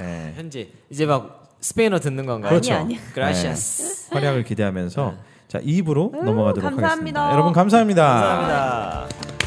예, 현재 이제 막 스페인어 듣는 건가요? 네. 그렇죠. 아니, 아니. 그라시아스. 활약을 기대하면서 자, 2부로 음, 넘어가도록 감사합니다. 하겠습니다. 여러분 감사합니다. 감사합니다.